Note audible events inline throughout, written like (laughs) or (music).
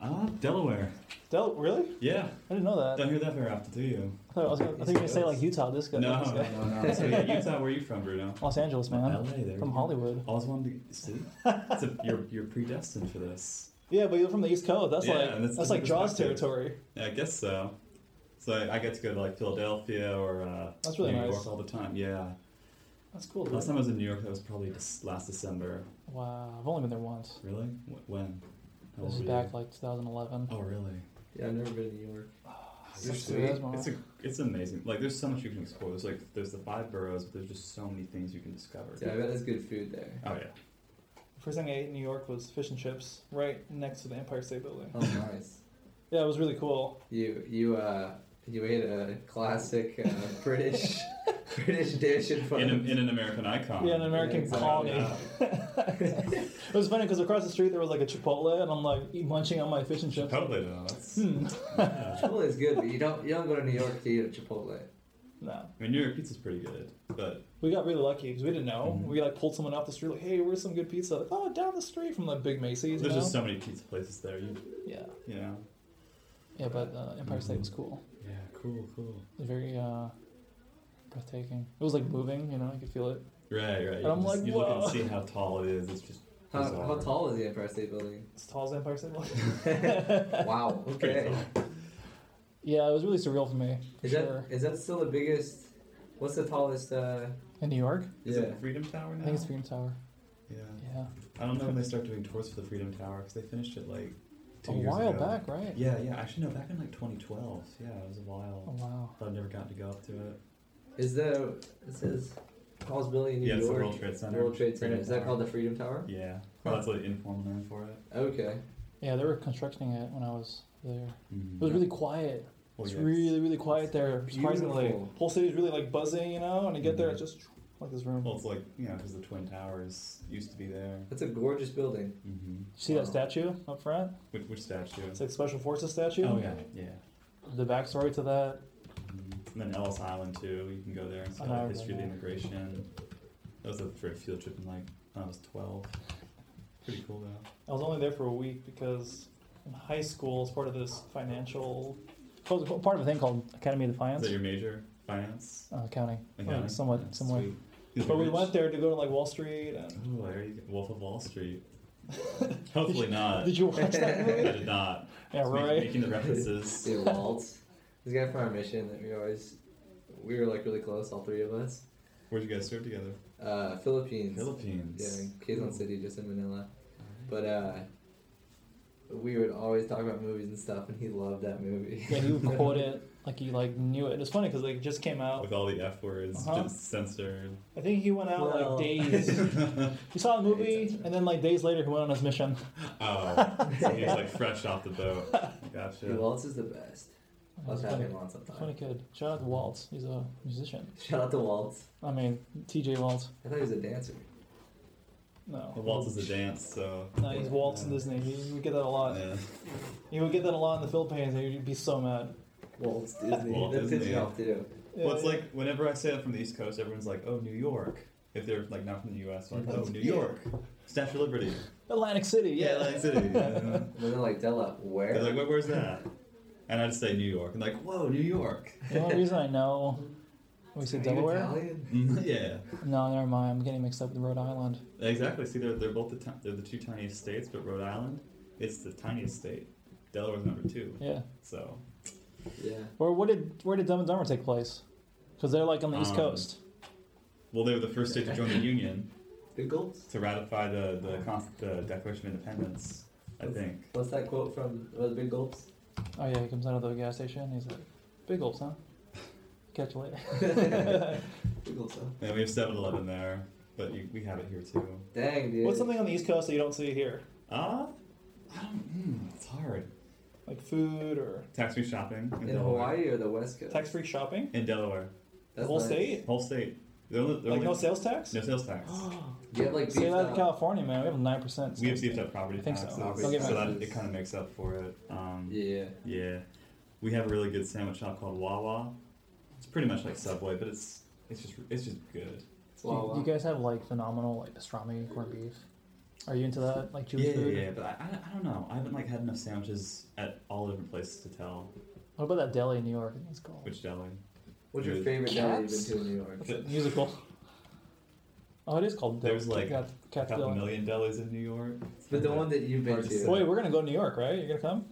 Ah, Delaware. Del- really? Yeah. I didn't know that. Don't hear that very often, do you? I, thought I was gonna, I think you were gonna say like Utah disco. No, disco. no, no, (laughs) no. So yeah, Utah, where are you from, Bruno? Los Angeles, man. LA, there From you go. Hollywood. Always wanted to see. It's a, you're you're predestined for this. Yeah, but you're from the East Coast. That's Yeah, like and that's, that's like different Jaws perspective. territory. Yeah, I guess so. So I, I get to go to like Philadelphia or uh, That's really New nice. York all the time. Yeah. That's cool. Last Dude. time I was in New York, that was probably this last December. Wow, I've only been there once. Really? Wh- When? How old This is were back you? like 2011. Oh, really? Yeah, I've never been to New York. (sighs) Such sweet. good as my Oh, It's wife. a, it's amazing. Like, there's so much you can explore. There's like, there's the five boroughs, but there's just so many things you can discover. Yeah, I bet there's good food there. Oh yeah. First thing I ate in New York was fish and chips, right next to the Empire State Building. (laughs) Oh, nice. Yeah, it was really cool. You you uh you ate a classic uh, (laughs) British British dish in front In, of a, in an American icon. Yeah, an American exactly. colony. Yeah. It was funny because across the street there was like a Chipotle, and I'm like eat- munching on my fish and chips. Chipotle though. That's, (laughs) Hmm. yeah. Chipotle is good, but you don't you don't go to New York to eat a Chipotle. No, I mean, New York pizza's pretty good, but we got really lucky because we didn't know. Mhm. We like pulled someone off the street, like, "Hey, where's some good pizza?" Like, "Oh, down the street from the big Macy's." you there's just know? so many pizza places there. You, yeah, you know. yeah, but uh, Empire State was cool. Yeah. Cool. Cool. It was very uh, breathtaking. It was like moving, you know, I could feel it. Right. Right. And I'm you just- like, you look "Whoa." and see how tall it is. It's (laughs) just How, bizarre. how tall is the Empire State Building? It's tall as Empire State Building. (laughs) Wow. Pretty Okay. tall. (laughs) yeah, it was really surreal for me. For Is sure. that is that still the biggest? What's the tallest? Uh, In New York, Is Yeah. it Freedom Tower now? I think it's Freedom Tower. Yeah. Yeah, I don't know when they start doing tours for the Freedom Tower because they finished it like two a years while ago. back, right? Yeah, yeah. Actually, no, back in like 2012. Yeah, it was a Oh while. wow. But I've never gotten to go up to it. is the it says tallest building in New yeah, it's the York? World Trade Center. World Trade Center. Freedom Is that Tower. called the Freedom Tower? Yeah. Well, that's the informal name for it. Okay. Yeah, they were constructing it when I was there. Mhm. It was really quiet. Well, It's yeah, really, really quiet there. Surprisingly, beautiful. whole city's really like buzzing, you know. And you get there, Mhm. it's just like this room. Well, it's like you know, because the Twin Towers used to be there. That's a gorgeous building. Mm-hmm. See wow. that statue up front? Which, which statue? It's like Special Forces statue. Oh yeah, yeah. The backstory to that. Mhm. And then Ellis Island too. You can go there and see I the know, history of the yeah. immigration. That was a for a field trip in like when I was 12. Pretty cool though. I was only there for a week because in high school, as part of this financial, part of a thing called Academy of Is Defiance, that your major? Finance. uh, accounting, Accounting? Uh, somewhat Yeah, similar. sweet. But we went there to go to like Wall Street. And Oh, there you go. Wolf of Wall (laughs) Street. Hopefully not. did you (laughs) watch that I movie? did not. Yeah, Just make- right. Making the (laughs) references. Dude, Waltz. This guy from our mission that we always we were like really close, all three of us. Where'd you guys serve together? Uh, Philippines. Philippines. Yeah, in Quezon City, just in Manila. But uh, we would always talk about movies and stuff, and he loved that movie. (laughs) Yeah, he would quote it like he like knew it. It's funny because like it just came out. With all the F words, Uh-huh. just (laughs) censored. I think he went out Well- (laughs) like days. He saw the movie, Days after. and then like days later, he went on his mission. Oh, so he was like fresh off the boat. Dude, Gotcha. Waltz is the best. Let's He's a have him funny, on funny sometime. kid. Shout out to Waltz. He's a musician. Shout out to Waltz. I mean, T.J. Waltz. I thought he was a dancer. No, The waltz is a dance, so. No, he's Waltz in Disney. He would get that a lot. Yeah. He would get that a lot in the Philippines, and he'd be so mad. Waltz Disney. Walt that pisses Disney. me off too. Yeah, well, it's yeah. like whenever I say that from the East Coast, everyone's like, "Oh, New York." If they're like not from the U.S., they're like, "Oh, New Yeah. York, Statue of Liberty." Atlantic City. Yeah, Atlantic City. Yeah. And then they're like, Della, where? They're like, "Where- "Where's that?" And I just say New York, and like, "Whoa, New York." (laughs) the only reason I know we Are said you Delaware. Italian? Mhm, yeah, No, never mind. I'm getting mixed up with Rhode Island. exactly. See, they're, they're both the t- they're the two tiniest states, but Rhode Island, it's the tiniest state. Delaware's number two. Yeah. So Yeah. Or what did where did Dumb and Dumber take place? Because they're like on the East Um, Coast. Well, they were the first state to join the Union Biggles? to ratify the the, con- the Declaration of Independence, I think. What's that quote from uh, Big Gulps? (laughs) Oh yeah, he comes out of the gas station. He's like, "Big gulps, huh? Catch you later." Big Gulps, huh? And we have 7 Eleven there, but you, we have it here too. Dang, dude. What's something on the East Coast that you don't see here, Ah, I don't, mm, it's hard. like food or Tax free shopping in, in Delaware. Hawaii or the West Coast? tax-free shopping? In Delaware. The That's whole nice. state, Whole state. They're only- they're like no only- sales tax. (gasps) Oh, no sales (gasps) tax. You have like Say beefed that in up- California, man. We have nine percent. we have beefed up property I think so. taxes. Property So that, taxes. it kind of makes up for it. Um, Yeah. Yeah. We have a really good sandwich shop called Wawa. It's pretty much like Subway, but it's it's just it's just good. Do you, do you guys have like phenomenal like pastrami, corned beef? Are you into that like Jewish Yeah, yeah, food? yeah, but I, I, I don't know. I haven't like had enough sandwiches at all the different places to tell What about that deli in New York? I think it's called which deli. What's your Dude. favorite deli you've been Cats? to in New York? It's a musical. Oh, it is called. Deli. There's, like, Cat- A Cat's couple Deli. million delis in New York. But the one that you've been Hard to to. say. Wait, we're gonna go to New York, right? You're gonna come?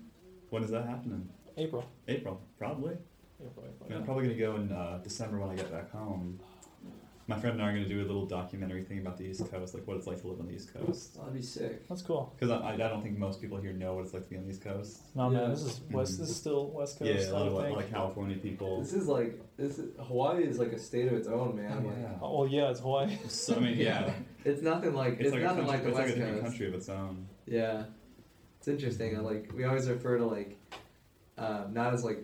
When is that happening? April. April, probably. April. April And I'm yeah. probably gonna go in uh, December when I get back home. My friend and I are gonna do a little documentary thing about the East Coast, like what it's like to live on the East Coast. That'd be sick. That's cool. Because I, I don't think most people here know what it's like to be on the East Coast. No Yeah. man, this is west. This is still West Coast. yeah, a lot, I of, a think. lot of California people. This is like this. Is, Hawaii is like a state of its own, man. Like, Yeah. Oh, well, yeah, (laughs) it's Hawaii. So, I mean, yeah, It's nothing like (laughs) it's, it's, like, a nothing country, like the it's like a West different Coast. country of its own. Yeah, it's interesting. I like we always refer to like uh, not as like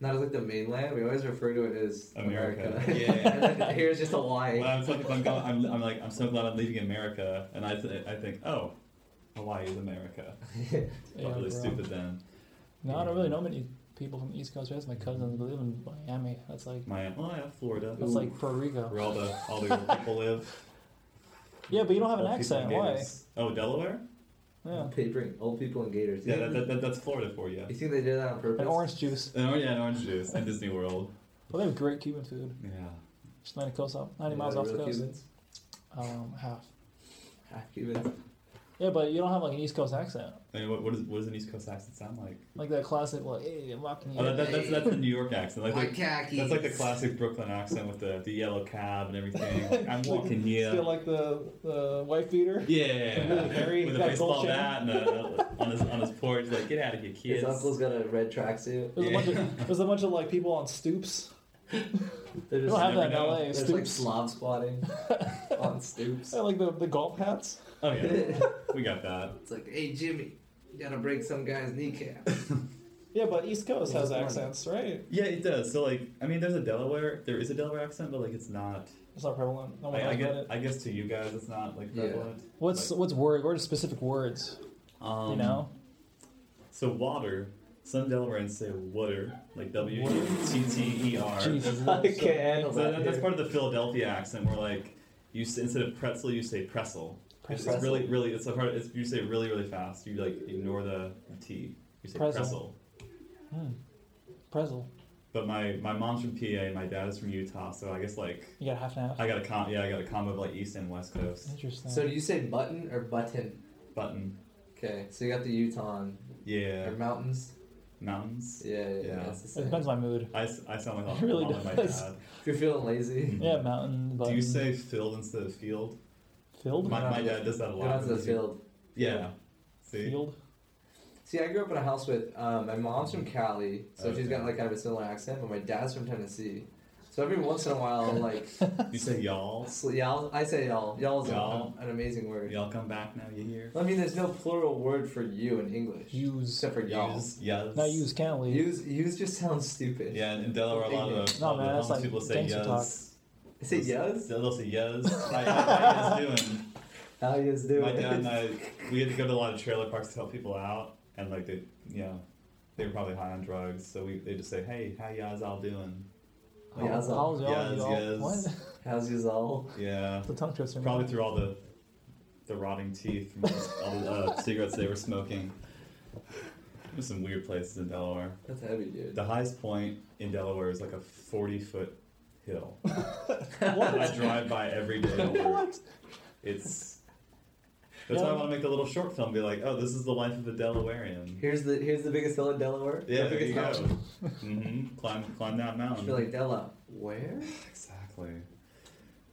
not as like the mainland. We always refer to it as America. Yeah. (laughs) here's just Hawaii. Well, I'm, so, I'm, go- I'm, I'm like, I'm so glad I'm leaving America, and I, th- I think, oh, Hawaii is America. (laughs) Yeah, Not really bro. stupid then. No, I don't really know many people from the East Coast. That's my cousins live in Miami. That's like Miami, oh yeah, Florida, that's like Puerto Rico. where all the all (laughs) the old people live. Yeah, but you don't have an Old people accent. and Why? gators. Oh, Delaware? Yeah. Papering old people and gators. Yeah, that, that, that, that's Florida for you. you think they did that on purpose? And orange juice. Oh yeah, and orange juice and Disney World. Well, they have great Cuban food. Yeah. Just 90, coast off, Are 90 miles they off the real coast. Cubans? Um, half. (laughs) Half Cubans. Yeah, but you don't have like an East Coast accent. I mean, what, what, is, what does an East Coast accent sound like? Like that classic, like, hey, I'm walking Oh, that, here. that, that's, that's the New York accent. Like, My the- khakis. that's like the (laughs) classic Brooklyn accent with the, the yellow cab and everything. (laughs) Like, I'm walking here. Still like the, the wife beater. Yeah, With a very- with a that baseball gold chain. bat and a, on his on his porch, like get out of here, His kids. uncle's got a red tracksuit. There's, a bunch Yeah. of, there's a bunch of like people on stoops. They're You just don't have that in never know. LA. there's stoops. (laughs) like slob spotting on stoops. I like the, the golf hats. Oh yeah, we got that. (laughs) It's like, hey Jimmy, you gotta break some guy's kneecap. Yeah, but East Coast Yeah, has it's accents, right? Yeah, it does. So like, I mean, there's a Delaware, there is a Delaware accent, but like it's not. It's not prevalent. No one I, I knows about guess it. I guess to you guys, it's not like Yeah. prevalent. What's like- what's word? What are specific words? Um, you know, So water. Some Delawareans say water, like W Water. U T T E R. So (laughs) Jesus. I can't handle that, that. that's part of the Philadelphia accent, where like you s- instead of pretzel, you say pretzel. It's, it's Pretzel. really, really. It's a part. Of, it's, you say really, really fast. You like ignore the T. You say Pretzel. pretzel. Hmm. Prezel. But my, my mom's from PA and my dad is from Utah, so I guess like You got half and half. I got a com- yeah I got a combo of like East and West Coast Interesting. So do you say button or button? button. Okay, so you got the Utah and- Yeah, or mountains. mountains. Yeah, yeah, yeah. Yeah. That's the it same. depends on my mood. I, s- I sound like It a really lot of my does. dad. If you're feeling lazy, Yeah, mountain. But Do you say filled instead of field? field? My, my dad does that (laughs) a go lot. out to the field. Yeah. See. field. See, I grew up in a house with um, my mom's from Cali, so she's got Okay. like kind of a similar accent, but my dad's from Tennessee. So every once in a while, I'm like (laughs) You say y'all. sl- y'all, I say y'all. Y'all is Y'all. an amazing word. Y'all come back now. You hear? I mean, there's no plural word for you in English Use. except for y'all. Yous. Yes. Now use can't leave. Use use just sounds stupid. Yeah, in Delaware a lot of a No, lot of man, that's homeless like people say gangster talk. yes. Is it yes? They'll say yes. How, how, how you guys doing? How you guys doing? My dad and I, we had to go to a lot of trailer parks to help people out, and like they, you know, they were probably high on drugs, so we they just say, "Hey, how y'all's all doing?" How- how's Yes. Oh, y'all? Yes, y'all? yes. What? (laughs) (laughs) How's you all? Yeah, the tongue twister. probably through all the, the rotting teeth from all the uh, cigarettes they were smoking. There's some weird places in Delaware. That's heavy, dude. The highest point in Delaware is like a 40 foot hill. that I (laughs) What? drive by every day. (laughs) to work. (laughs) what? It's that's why I Yeah. want to make a little short film. Be like, oh, this is the life of a Delawarean. Here's the here's the biggest hill in Delaware. Yeah, the there biggest you go. mountain. mm-hmm. Climb, climb that mountain. You're like Della. Where? exactly.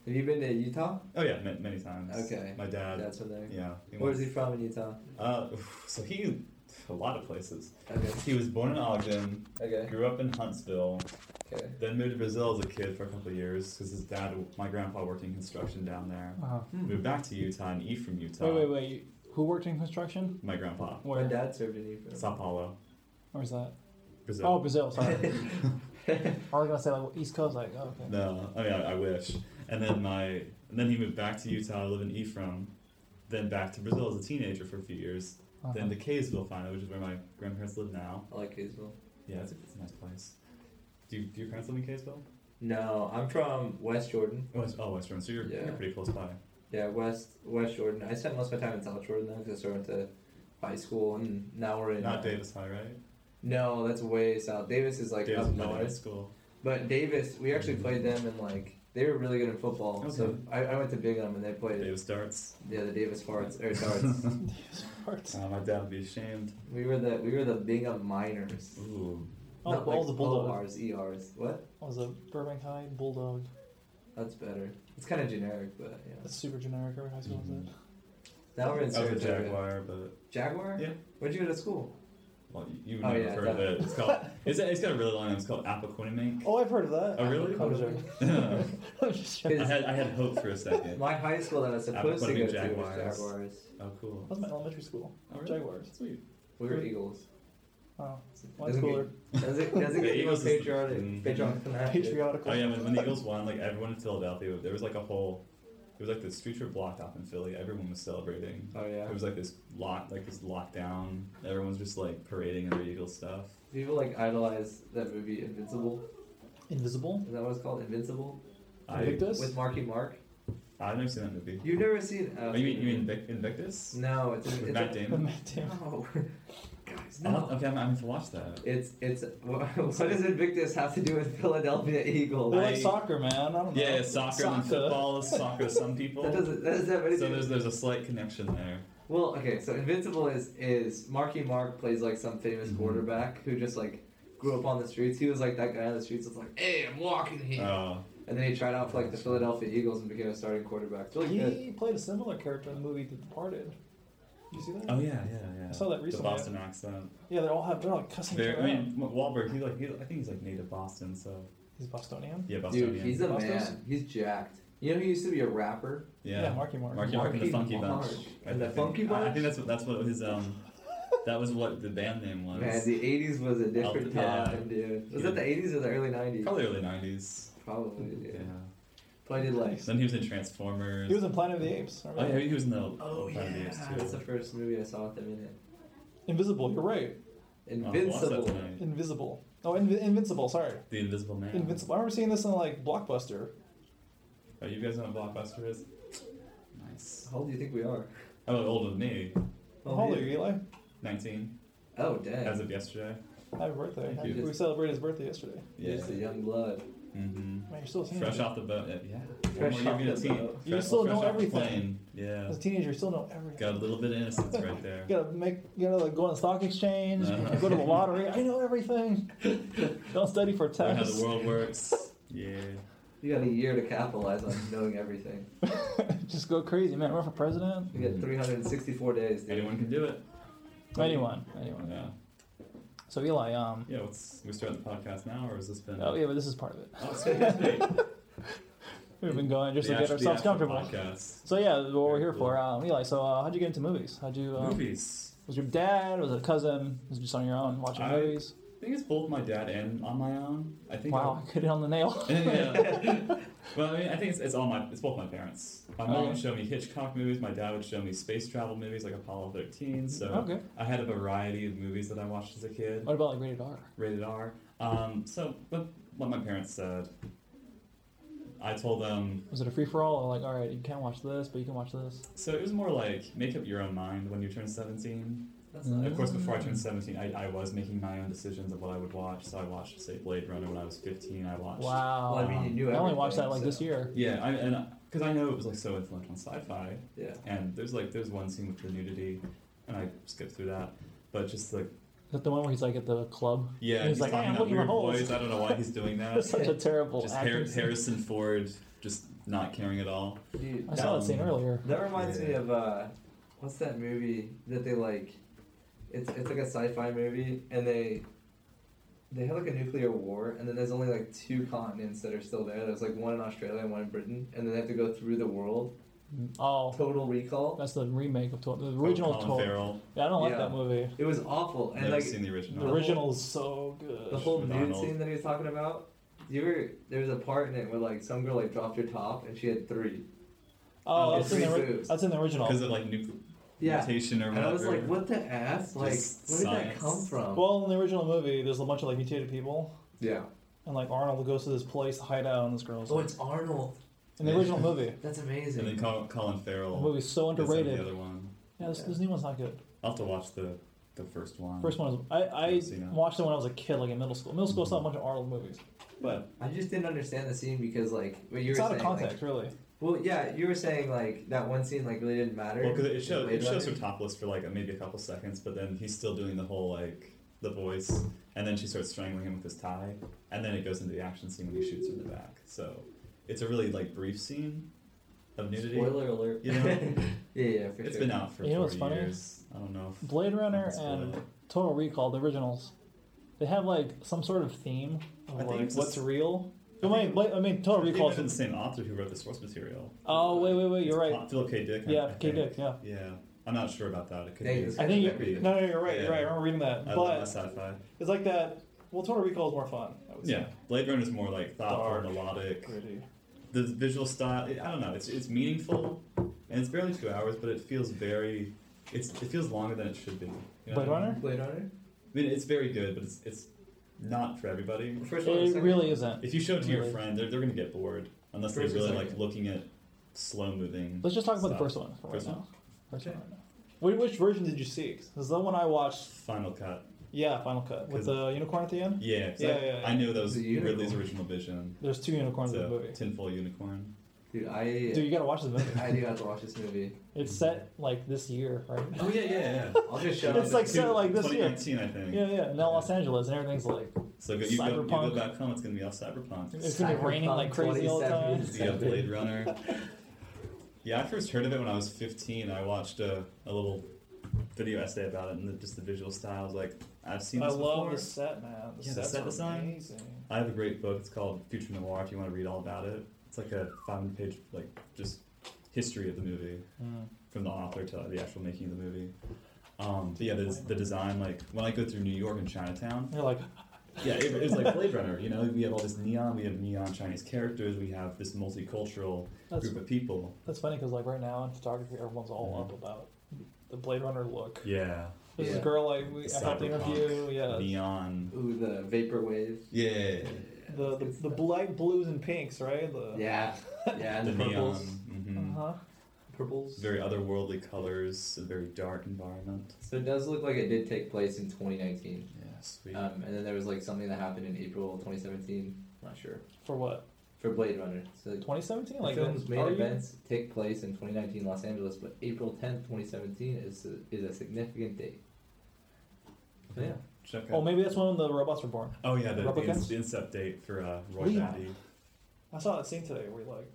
Have you been to Utah? Oh yeah, ma- many times. Okay. My dad. That's from there. yeah. he Where's was- he from in Utah? Uh, so he, a lot of places. Okay. He was born in Ogden, Okay. grew up in Huntsville, Okay. then moved to Brazil as a kid for a couple of years because his dad, my grandpa, worked in construction down there. Uh-huh. Moved back to Utah and E from Utah. Wait, wait, wait. Who worked in construction? My grandpa, My Where? dad served in (laughs) Utah. Sao Paulo, Where's that? Brazil. Oh, Brazil. (laughs) Sorry. I was gonna say like East Coast. Like, oh, okay. No, I mean I, I wish. And then my and then he moved back to Utah to live in Ephraim, then back to Brazil as a teenager for a few years, Uh-huh. then (laughs) to Kaysville, finally, which is where my grandparents live now. I like Kaysville. Yeah, it's a, it's a nice place. Do, you, do your parents live in Kaysville? No, I'm from West Jordan. Oh, West, oh, Western. So you're, Yeah. you're pretty close by. Yeah, West West Jordan. I spent most of my time in South Jordan though, because I went to high school, and now we're in. Not Davis High, right? No, that's way south. Davis is like Davis up is my high north. school. But Davis, we actually played them in like they were really good in football. So Okay. I, I went to Bingham and they played Davis darts. yeah the Davis Farts or (laughs) Darts. Farts. Uh, my dad would be ashamed. we were the we were the Bingham Miners. Ooh, Oh, Not all like the bulldog. ORs, ERs. What? I was a Burbank High bulldog. That's better. It's kind of generic, but yeah. That's super generic. Every high school has that. Now we're in I was a Saratoga. jaguar, but Jaguar? Yeah. Where'd you go to school? well, you- you would Oh, never yeah, have heard of that- it. It's called. It's, it's got a really long name. It's called Appaquinimink. Oh, I've heard of that. Oh, really? I'm joking. (laughs) (laughs) I'm just joking. I had I (laughs) had hope for a second. My high school that I was I supposed to put in go to was Jaguars. Jaguars. Oh, (laughs) cool. That was my elementary school. Oh, really? Jaguars. Sweet. We were Eagles. Oh, one's Doesn't cooler. Get, (laughs) does it, does The it get more Eagles is- patriotic, Mm. (laughs) patriotic than that? Patriotic. Oh yeah, when, when the Eagles won, like everyone in Philadelphia, there was like a whole. It was like the streets were blocked off in Philly. Everyone was celebrating. Oh, yeah. It was like this lock, like this lockdown. Everyone's just like parading their Eagles stuff. People like idolize that movie Invincible. Invisible. Is that what it's called? Invincible? I (laughs) Invictus. With Marky Mark? I've never seen that movie. You've never seen it? Oh, you mean you mean Invic- Invictus? (laughs) No, it's, With it's (laughs) Matt With Damon. Matt Damon. No. (laughs) Guys, I'll have- no. okay, I'm, I'm to watch that. It's, it's, (laughs) what, what does Invictus have to do with Philadelphia Eagles? They're like I- soccer, man. I don't know. Yeah, it's soccer, and football is soccer. to Some people. (laughs) That doesn't, that doesn't have anything so there's there's a slight connection there. Well, okay, so Invincible is is Marky Mark plays like some famous Mhm. quarterback who just like grew up on the streets. He was like that guy on the streets that's like, "Hey, I'm walking here," Oh, and then he tried out for like the Philadelphia Eagles and became a starting quarterback. It's really good. He played a similar character in the movie The Departed. You see that? oh yeah, yeah, yeah. I saw that recently. The Boston accent. Yeah, they all have. They're like cussing each Very, other. I out. mean, Wahlberg. He like he, I think he's like native Boston. So he's Bostonian. yeah, Bostonian. Dude, he's a Boston. man. He's jacked. You know, he used to be a rapper. yeah. Marky Mark. Marky Mark and the Marky Funky Bunch. Mark I and the think- Funky I- I Bunch? think that's what that's what his um. That was what the band name was. Man, the '80s was a different yeah. time, dude. Was Yeah. that the '80s or the early '90s? Probably early '90s. Probably, Yeah. dude. Played it like. Then he was in Transformers. He was in Planet of the Apes. I Oh, remember. yeah, he was in the Oh Planet of the yeah, Apes, that's the too. first movie I saw with him in it. Invisible. You're right. Oh, I watched that Invincible. tonight. Invisible. Oh, Invi Invincible. Sorry. The Invisible Man. Invincible. I remember seeing this in like Blockbuster. Oh, you guys know what Blockbuster is? Nice. How old do you think we are? Oh, older than me. How old are you, Eli? 19. Oh, dang. As of yesterday. Happy birthday. Thank you. We celebrated his birthday yesterday. Yeah. It's the young blood. (laughs) Mm-hmm. Man, you're still a teenager. Fresh off the boat. uh, Yeah. Fresh When were off you the teen- boat. fresh- You still fresh know off the everything. plane. Yeah. As a teenager, you still know everything. Got a little bit of innocence (laughs) right there. You gotta make, you gotta like go on the stock exchange, Uh-huh. go to the lottery. I know everything. Don't study for Learn how the tests. world works. Yeah. You got a year to capitalize on knowing everything. (laughs) Just go crazy, man. Run for president. You Mm-hmm. get 364 days, dude. Anyone can do it. Anyone, anyone. Yeah. So Eli, um, Yeah. What's we starting the podcast now, or has this been? oh yeah, but this is part of it. Oh, sweet, (laughs) sweet. We've been going just The to get actual- the ourselves actual comfortable. Podcast. So yeah, what we're here for, um, Eli. So uh, how'd you get into movies? How'd you? Um, Movies. Was your dad? Was it a cousin? Was it just on your own watching I- movies? I think it's both my dad and on my own. I think. Wow, I hit it on (laughs) the nail. (laughs) I- yeah. well, I mean, I think it's, it's all my it's both my parents. My mom would Okay. show me Hitchcock movies. My dad would show me space travel movies like Apollo 13. So Okay. I had a variety of movies that I watched as a kid, What about like rated R? rated R. Um, so, but what my parents said, I told them Was it a free for all? Or like, all right, you can't watch this, but you can watch this. So it was more like make up your own mind when you turn 17. That's And nice. of course, before I Mm. turned 17, I, I was making my own decisions of what I would watch. So I watched, say, Blade Runner when I was 15. I watched. Wow. Well, I mean, you knew I only everything, watched that like this so- year. Yeah, I, and because I know it was like so influential on sci-fi, Yeah. and there's like there's one scene with the nudity, and I skipped through that. But just like Is that the one where he's like at the club? yeah, And he's like, "Hey, talking I'm that looking for weird holes." voice. I don't know why he's doing that. (laughs) That's such a terrible just Har- acting. Harrison Ford just not caring at all. Dude, I saw that scene Um, earlier. that reminds me Yeah. of, uh, what's that movie that they like? It's, it's like a sci fi movie, and they. They have like a nuclear war, and then there's only like two continents that are still there. There's like one in Australia and one in Britain, and then they have to go through the world. Oh, Total Recall. that's the remake of Tor- the original Colin Tor- Farrell. Yeah, I don't like Yeah. that movie. It was awful, and Never like seen the The original. whole- original is so good. The whole With nude Arnold. scene that he was talking about. You were there's a part in it where like some girl like dropped her top and she had three. oh, Oh, that's in, the, three ori- boobs. that's in the original. Because of like nuclear Yeah. mutation or And whatever. I was like, what the ass? Like, Just where did that science. come from? Well, in the original movie, there's a bunch of like mutated people, yeah. and like Arnold goes to this place to hide out, and this girl's Oh, like, it's Arnold. in the original movie. That's And then amazing. Col- Colin Farrell. The movie's so is in The underrated. other one. Yeah, this, this new one's not good. I'll have to watch the the first one. First one is I, I I've seen it. watched it when I was a kid, like in middle school. Middle school I saw a bunch of Arnold movies. But I just didn't understand the scene because like what you It's were out saying. of like- context, really. well, yeah, you were saying like that one scene like really didn't matter. well, because it shows Blade it shows her Runner. topless for like maybe a couple seconds, but then he's still doing the whole like the voice, and then she starts strangling him with his tie, and then it goes into the action scene when he shoots her in the back. So it's a really like brief scene of nudity. Spoiler alert. You know? (laughs) yeah, yeah, for It's sure. been out for You know what's 40 funny? years. I don't know. If Blade I Runner can spoil and it. Total Recall, the originals, they have like some sort of theme of I think like it's what's just- real. I I mean, think- Blade, I mean, Total I think Recall. it's the same author who wrote the source material. Oh wait, wait, wait! You're It's right. Pa- Philip K. Dick. I- I Yeah, K think. Dick. Yeah, Yeah, I'm not sure about that. It could Thank be. you. I think. Could be. You, no, no, you're right. You're right. I Yeah. remember reading that. I love But sci-fi. it's like that. Well, Total Recall is more fun. I would say. Yeah, Blade Runner is more like thoughtful, Dark. melodic. Gritty. The visual style, I don't know. It's it's meaningful, and it's barely two hours, but it feels very. It's it feels longer than it should be. You know Blade what I mean? Runner. Blade Runner. I mean, it's very good, but it's it's not for everybody. First one, It second really one. isn't. If you show it to your Really? friend, they're they're gonna get bored unless they First or really like second? looking at slow moving. Let's just talk about the Stop. first one for First right one? now. First Okay. one right now. Which, which version did you see? 'Cause the one I watched. Final cut. Yeah, Final Cut Cause- with the unicorn at the end. Yeah, 'cause Yeah, I, yeah, yeah. I knew that was The unicorn. Ridley's original vision. There's two unicorns in the So, movie. tinfoil unicorn. Dude, I Dude, you gotta watch this movie. I do have to watch this movie. It's set like this year, right? Oh yeah, yeah, (laughs) yeah. I'll just show It's it. like set like this year. 2019, I think. Yeah, yeah. Now Los Angeles and everything's like So go, you, go, you go Cyberpunk. back home, it's going to be all cyberpunk. it's gonna be raining like crazy all the time. Yeah, Blade Runner. (laughs) Yeah, I first heard of it when I was 15. I watched a, a little video essay about it and the, just the visual style. I was like, I've seen I this love before. the set, man. The Yeah, the sets set are design. amazing. I have a great book. It's called Future Noir if you want to read all about it. It's like a 500 page, like, just history of the movie from the author to the actual making of the movie. Um, but yeah, the, the design, like, when I go through New York and Chinatown, You're like, Yeah, it, it was like Blade Runner. You know, we have all this neon, we have neon Chinese characters, we have this multicultural that's group of people. that's funny because like right now in photography, everyone's all Mhm. up about the Blade Runner look. Yeah, There's this Yeah. girl like we I had the Cyberpunk. interview. Yeah, neon. Ooh, the vaporwave. Yeah, the the, the black blues and pinks, right? The, Yeah, yeah, and the the neon. purples. hmm Uh huh. Purples. Very otherworldly colors, a very dark environment. So it does look like it did take place in 2019, Yeah, sweet. um, and then there was like something that happened in April 2017. Not sure For what? for Blade Runner. So the 2017? Like film's main are you- events take place in 2019 Los Angeles, but April 10th, 2017 is a, is a significant date. So, yeah. Check out. Oh, maybe that's when the robots were born. Oh yeah, the, the, Replicants? ins- the incept date for uh, Roy Leon. Batty. I saw that scene today where he like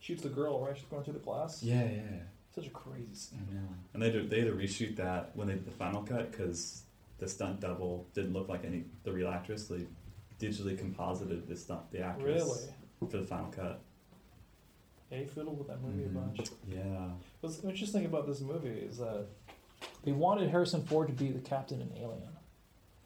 shoots the girl, right? She's going through the glass. Yeah, yeah. Such a crazy scene. I know. And they had to, they had to reshoot that when they did the final cut because the stunt double didn't look like any the real actress. They digitally composited the stunt the actress Really? for the final cut. Yeah, he fiddled with that movie a Mhm. bunch. Yeah. What's interesting about this movie is that they wanted Harrison Ford to be the captain in Alien,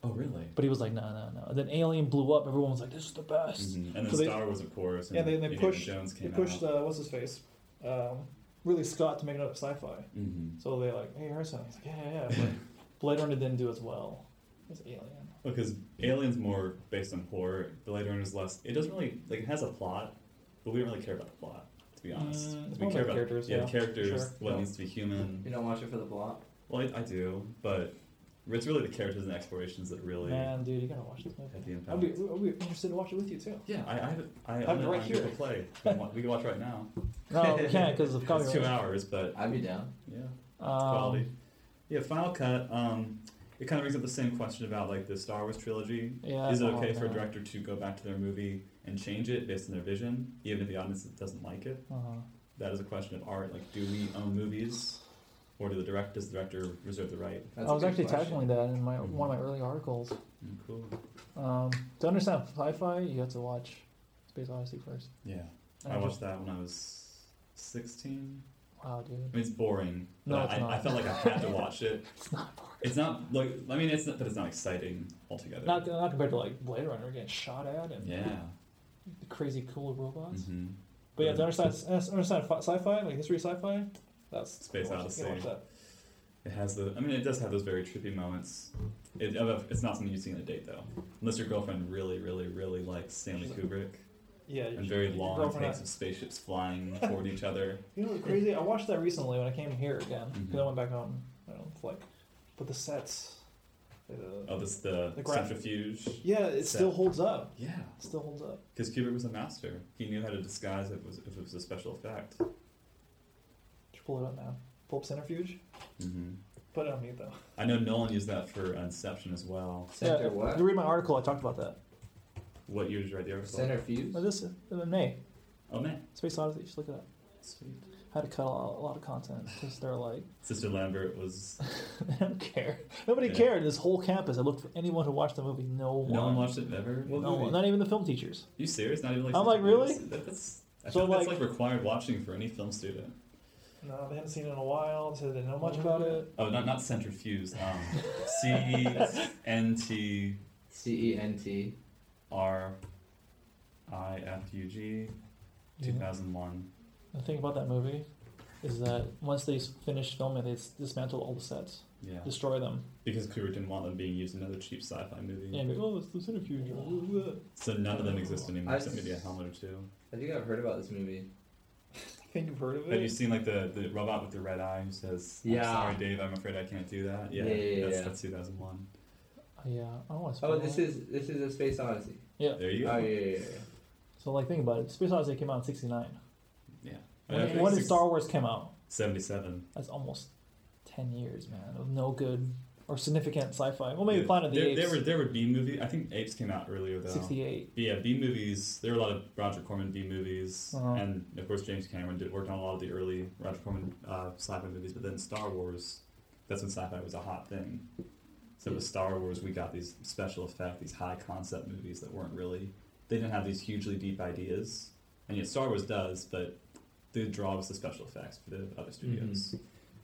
Oh really? but he was like, no, no, no. And then Alien blew up. Everyone was like, this is the best. hmm And then So they- Star Wars, of course. And Yeah, they- they Indiana pushed- Jones They came pushed out. uh, what's his face, um, really Scott to make another sci-fi. hmm So they like, hey Harrison. He's like, yeah, yeah, yeah. But Blade Runner didn't do as well. as Alien. Because Alien's more based on horror. Blade Runner's less. It doesn't really like it has a plot, but we don't really care about the plot. To be honest, Mm, it's we more care about the about characters, Yeah, yeah. the characters. Sure. What Yeah. needs to be human. You don't watch it for the plot? Well, I, I do, but it's really the characters and explorations that really. Man, dude, you gotta watch this movie. At the impact. I'd be, I'd be interested to watch it with you too. Yeah, I, I have it. I, have it own right on here. Google Play. We can wa- we can watch right (laughs) now. No, we (laughs) can't because of It's copyright. two hours, but I'd be down. yeah, Um, quality. Yeah, Final Cut. Um, it kind of brings up the same question about like the Star Wars trilogy. Yeah. Is it oh, okay for a no. director to go back to their movie and change it based on their vision, even if the audience doesn't like it? Uh-huh. That is a question of art. Like, do we own movies, or do the director does the director reserve the right? That's I a was good actually question. tackling that in my one of my early articles. Mm, cool. Um, to understand sci-fi, you have to watch Space Odyssey first. Yeah, And I just- watched that when I was sixteen. Wow, I dude, mean, it's boring. No, but it's I, not. I felt like I had to watch it. (laughs) it's not boring. It's not like I mean it's not, but it's not exciting altogether. Not not compared to like Blade Runner getting shot at and yeah. the crazy cool robots. Mm-hmm. But yeah, to understand understand fi- sci-fi, like history of sci-fi, that's Space watch- Odyssey. you gotta watch that. It has the. I mean, it does have those very trippy moments. It, it's not something you see on a date though, unless your girlfriend really, really, really likes Stanley Kubrick. Yeah, and very your long girlfriend takes of spaceships (laughs) flying toward each other. You know what's crazy? I watched that recently when I came here again because I Mhm. went back home. I don't know, it's like, but the sets, the- Oh, this the, The gra- centrifuge. yeah, it still set. holds up. Yeah, It still holds up. because Kubrick was a master. He knew how to disguise it was if it was a special effect. Should pull it up now. Pull up centrifuge. Mm-hmm. hmm Put it on mute though. I know Nolan used that for Inception as well. Center yeah, what? If you read my article, I talked about that. What year did you write the article? Center fuse. Now this uh, in May, Oh man, Space Odyssey. You should look it up. sweet. I had to cut a lot, a lot of content because they're like, (laughs) Sister Lambert was. I don't care. Nobody Yeah. cared. This whole campus. I looked for anyone who watched the movie. No one. No one watched it ever. No one. Not even the film teachers. You serious? Not even like. I'm like, Centrifuge? That- That's. I So, feel like, like- that's like required watching for any film student. No, they hadn't seen it in a while. They said they didn't know much about it. Oh, not not centrifuge. (laughs) Um, C E N T C E N T. R I F U G, two Yeah. thousand one. The thing about that movie is that once they s- finished filming, they s- dismantled all the sets, Yeah, destroy them, because Kubrick didn't want them being used in another cheap sci-fi movie, and be, oh, it's the centrifuge. blah, blah, blah." (laughs) so none of them exist anymore. I- Except maybe a helmet or two. I think I've heard about this movie. I think you've heard of Have you it. seen like the, the robot with the red eye who says, "I'm Yeah. sorry, Dave, I'm afraid I can't do that." Yeah, Yeah, yeah, that's, yeah. that's two thousand one. Uh, Yeah, I don't want to. Oh, this is this is a space odyssey. There you go. Oh yeah, yeah, yeah. so like think about it. Space Odyssey came out in '69. Oh, I When, think when did six- Star Wars come out? Seventy-seven. That's almost ten years, man, of no good or significant sci-fi. Well, maybe Yeah. Planet of the there, Apes. There were there were B movie. I think Apes came out earlier though. '68. But yeah, B movies. There were a lot of Roger Corman B movies, Uh-huh. and of course James Cameron did work on a lot of the early Roger Corman uh, sci-fi movies. But then Star Wars, that's when sci-fi was a hot thing. So with Star Wars, we got these special effect, these high concept movies that weren't really. They didn't have these hugely deep ideas, and yet Star Wars does. But the draw was the special effects for the other Mm-hmm. studios.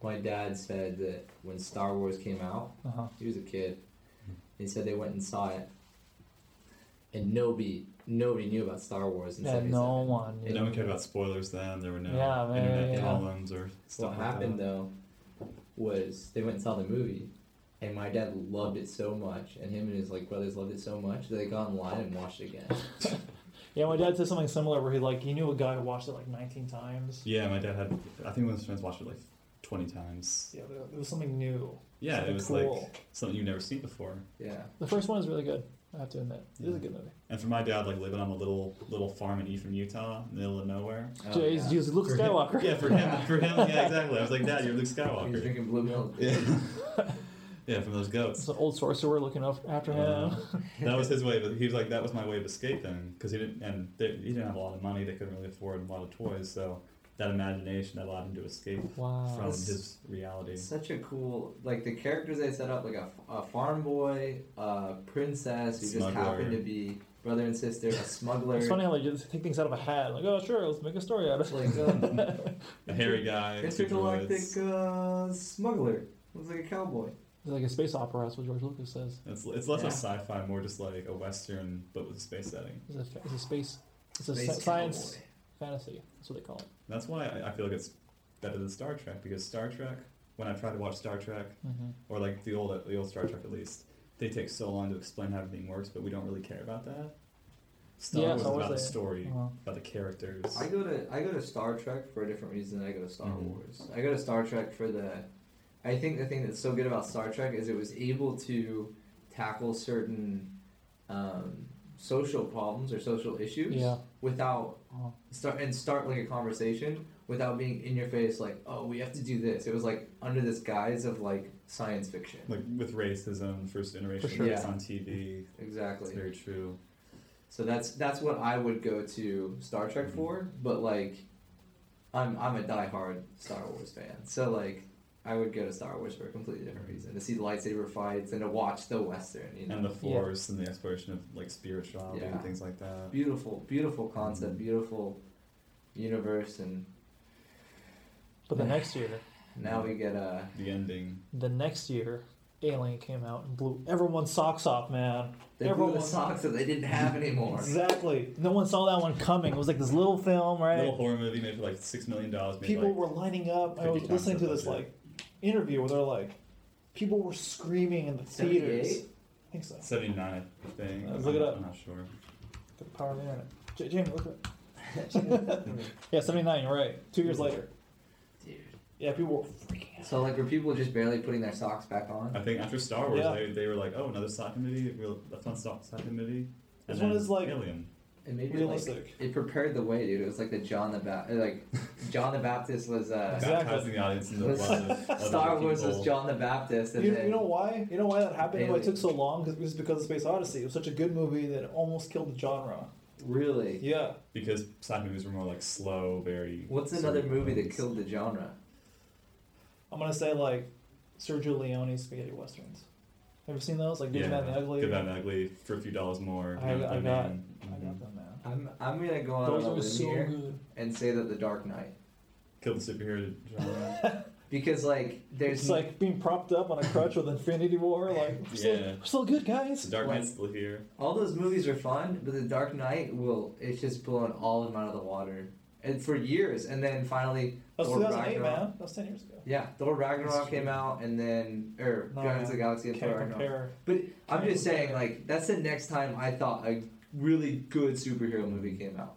My dad said that when Star Wars came out, Uh huh. he was a kid. He said they went and saw it, and nobody nobody knew about Star Wars. In Yeah, 77. no one. And no one cared about spoilers then. There were no Yeah, man, internet yeah. columns or stuff What like happened that. though was they went and saw the movie, and my dad loved it so much, and him and his like brothers loved it so much that they got online and watched it again. Yeah, my dad said something similar where he like he knew a guy who watched it like 19 times. Yeah, my dad had. I think one of his friends watched it like twenty times. Yeah, there- it was something new. Yeah, something it was cool. like something you've never seen before. Yeah, The first one is really good. I have to admit, it is a good movie. And for my dad, like living on a little little farm in Ephraim, Utah, in the middle of nowhere. Oh, Jay, he's- yeah. he's Luke For him- Skywalker. yeah, for him, for him, yeah, exactly. I was like, Dad, you're Luke He's Skywalker. drinking blue milk. Yeah, (laughs) yeah, from those goats. It's an old sorcerer looking up after Uh, him. (laughs) That was his way, but he was like, that was my way of escaping because he didn't, and they, he didn't have a lot of money. They couldn't really afford a lot of toys, so that imagination allowed him to escape Wow. from That's- his reality. Such a cool, like the characters they set up, like a, a farm boy, a princess who just Smuggler. happened to be brother and sister, a smuggler. It's funny how they just take things out of a hat. Like, oh, sure, let's make a story out of it. Like uh, A hairy guy. two droids. intergalactic uh, smuggler. Looks like a cowboy. It's like a space opera, that's what George Lucas says. It's, it's less Yeah. a sci-fi, more just like a western, but with a space setting. It's a, it's a space, it's a Space sci- science cowboy. fantasy. That's what they call it. That's why I, I feel like it's better than Star Trek because Star Trek, when I try to watch Star Trek Mm-hmm. or like the old the old Star Trek at least, they take so long to explain how everything works, but we don't really care about that. Star Yeah, Wars is Star Wars, about the they- story, Uh-huh. about the characters. I go to I go to Star Trek for a different reason than I go to Star Mm-hmm. Mhm. Wars. I go to Star Trek for the I think the thing that's so good about Star Trek is it was able to tackle certain um, social problems or social issues Yeah. without Uh-huh. start and start like a conversation without being in your face like oh we have to do this. It was like under this guise of like science fiction. like with racism, first generation sure. it's Yeah. on TV. It's Exactly. very true. So that's that's what I would go to Star Trek for, but like I'm I'm a diehard Star Wars fan. So like I would go to Star Wars for a completely different reason. To see the lightsaber fights and to watch the Western, you know. And the force and the exploration of like spirituality Yeah. and things like that. beautiful, beautiful concept, Mhm. beautiful universe and But the next year, now we get uh The ending. the next year, Alien came out and blew everyone's socks off, man. they blew the Everyone- socks that they didn't have (laughs) anymore. Exactly. No one saw that one coming. It was like this little film, right? Little horror movie made for like six million dollars. made, people like, were lining up. 50 I was times listening to their this like budget. interview where they're like, people were screaming in the theaters. 78? I think so. 79, I think. Uh, look it up. I'm not sure. The power of the internet. J- Jamie, look at (laughs) Yeah, 79, you're right. Two years later. Dude. Yeah, people were freaking out. So like, were people just barely putting their socks back on? I think after Star Wars, Yeah. they, they were like, oh, another sock committee, real, that's not sock sock committee. This And one then is like- Alien. And maybe like, Realistic. it prepared the way, dude. It was like the John the Baptist, (laughs) like John the Baptist was uh, Exactly. Baptizing the audience in the Was- blood (laughs) of other Star Wars was people. John the Baptist, and You, then you know why? You know why that happened? Why it Alien. took so long? 'Cause- It was because of Space Odyssey. It was such a good movie that it almost killed the genre. really, Yeah. Because sock movies were more like slow, very. what's another surreal movie that movies. killed the genre? I'm going to say, like, Sergio Leone's spaghetti westerns. Have you seen those? Like, Good, Yeah. Bad, and Ugly? Good, Bad, and Ugly for a few dollars more. Not I- I a got- man. I got Mhm. them, man. I'm I'm gonna go on Those a are limb so here good. and say that The Dark Knight, Killed the superhero genre. (laughs) because like there's It's like being propped up on a crutch with Infinity (laughs) War. Like, we're still, Yeah. we're still good, guys. The Dark Like- Knight's still here. all those movies are fun, but The Dark Knight will it's just blown all of them out of the water, and for years, and then finally That was Thor 2008, Ragnarok. man. That was 10 years ago. Yeah, Thor That's Ragnarok true. came out, and then or No, Guardians of the Galaxy and Thor Can't Ragnarok. compare. But I'm Can't just compare. saying, like, that's the next time I thought a really good superhero movie came out.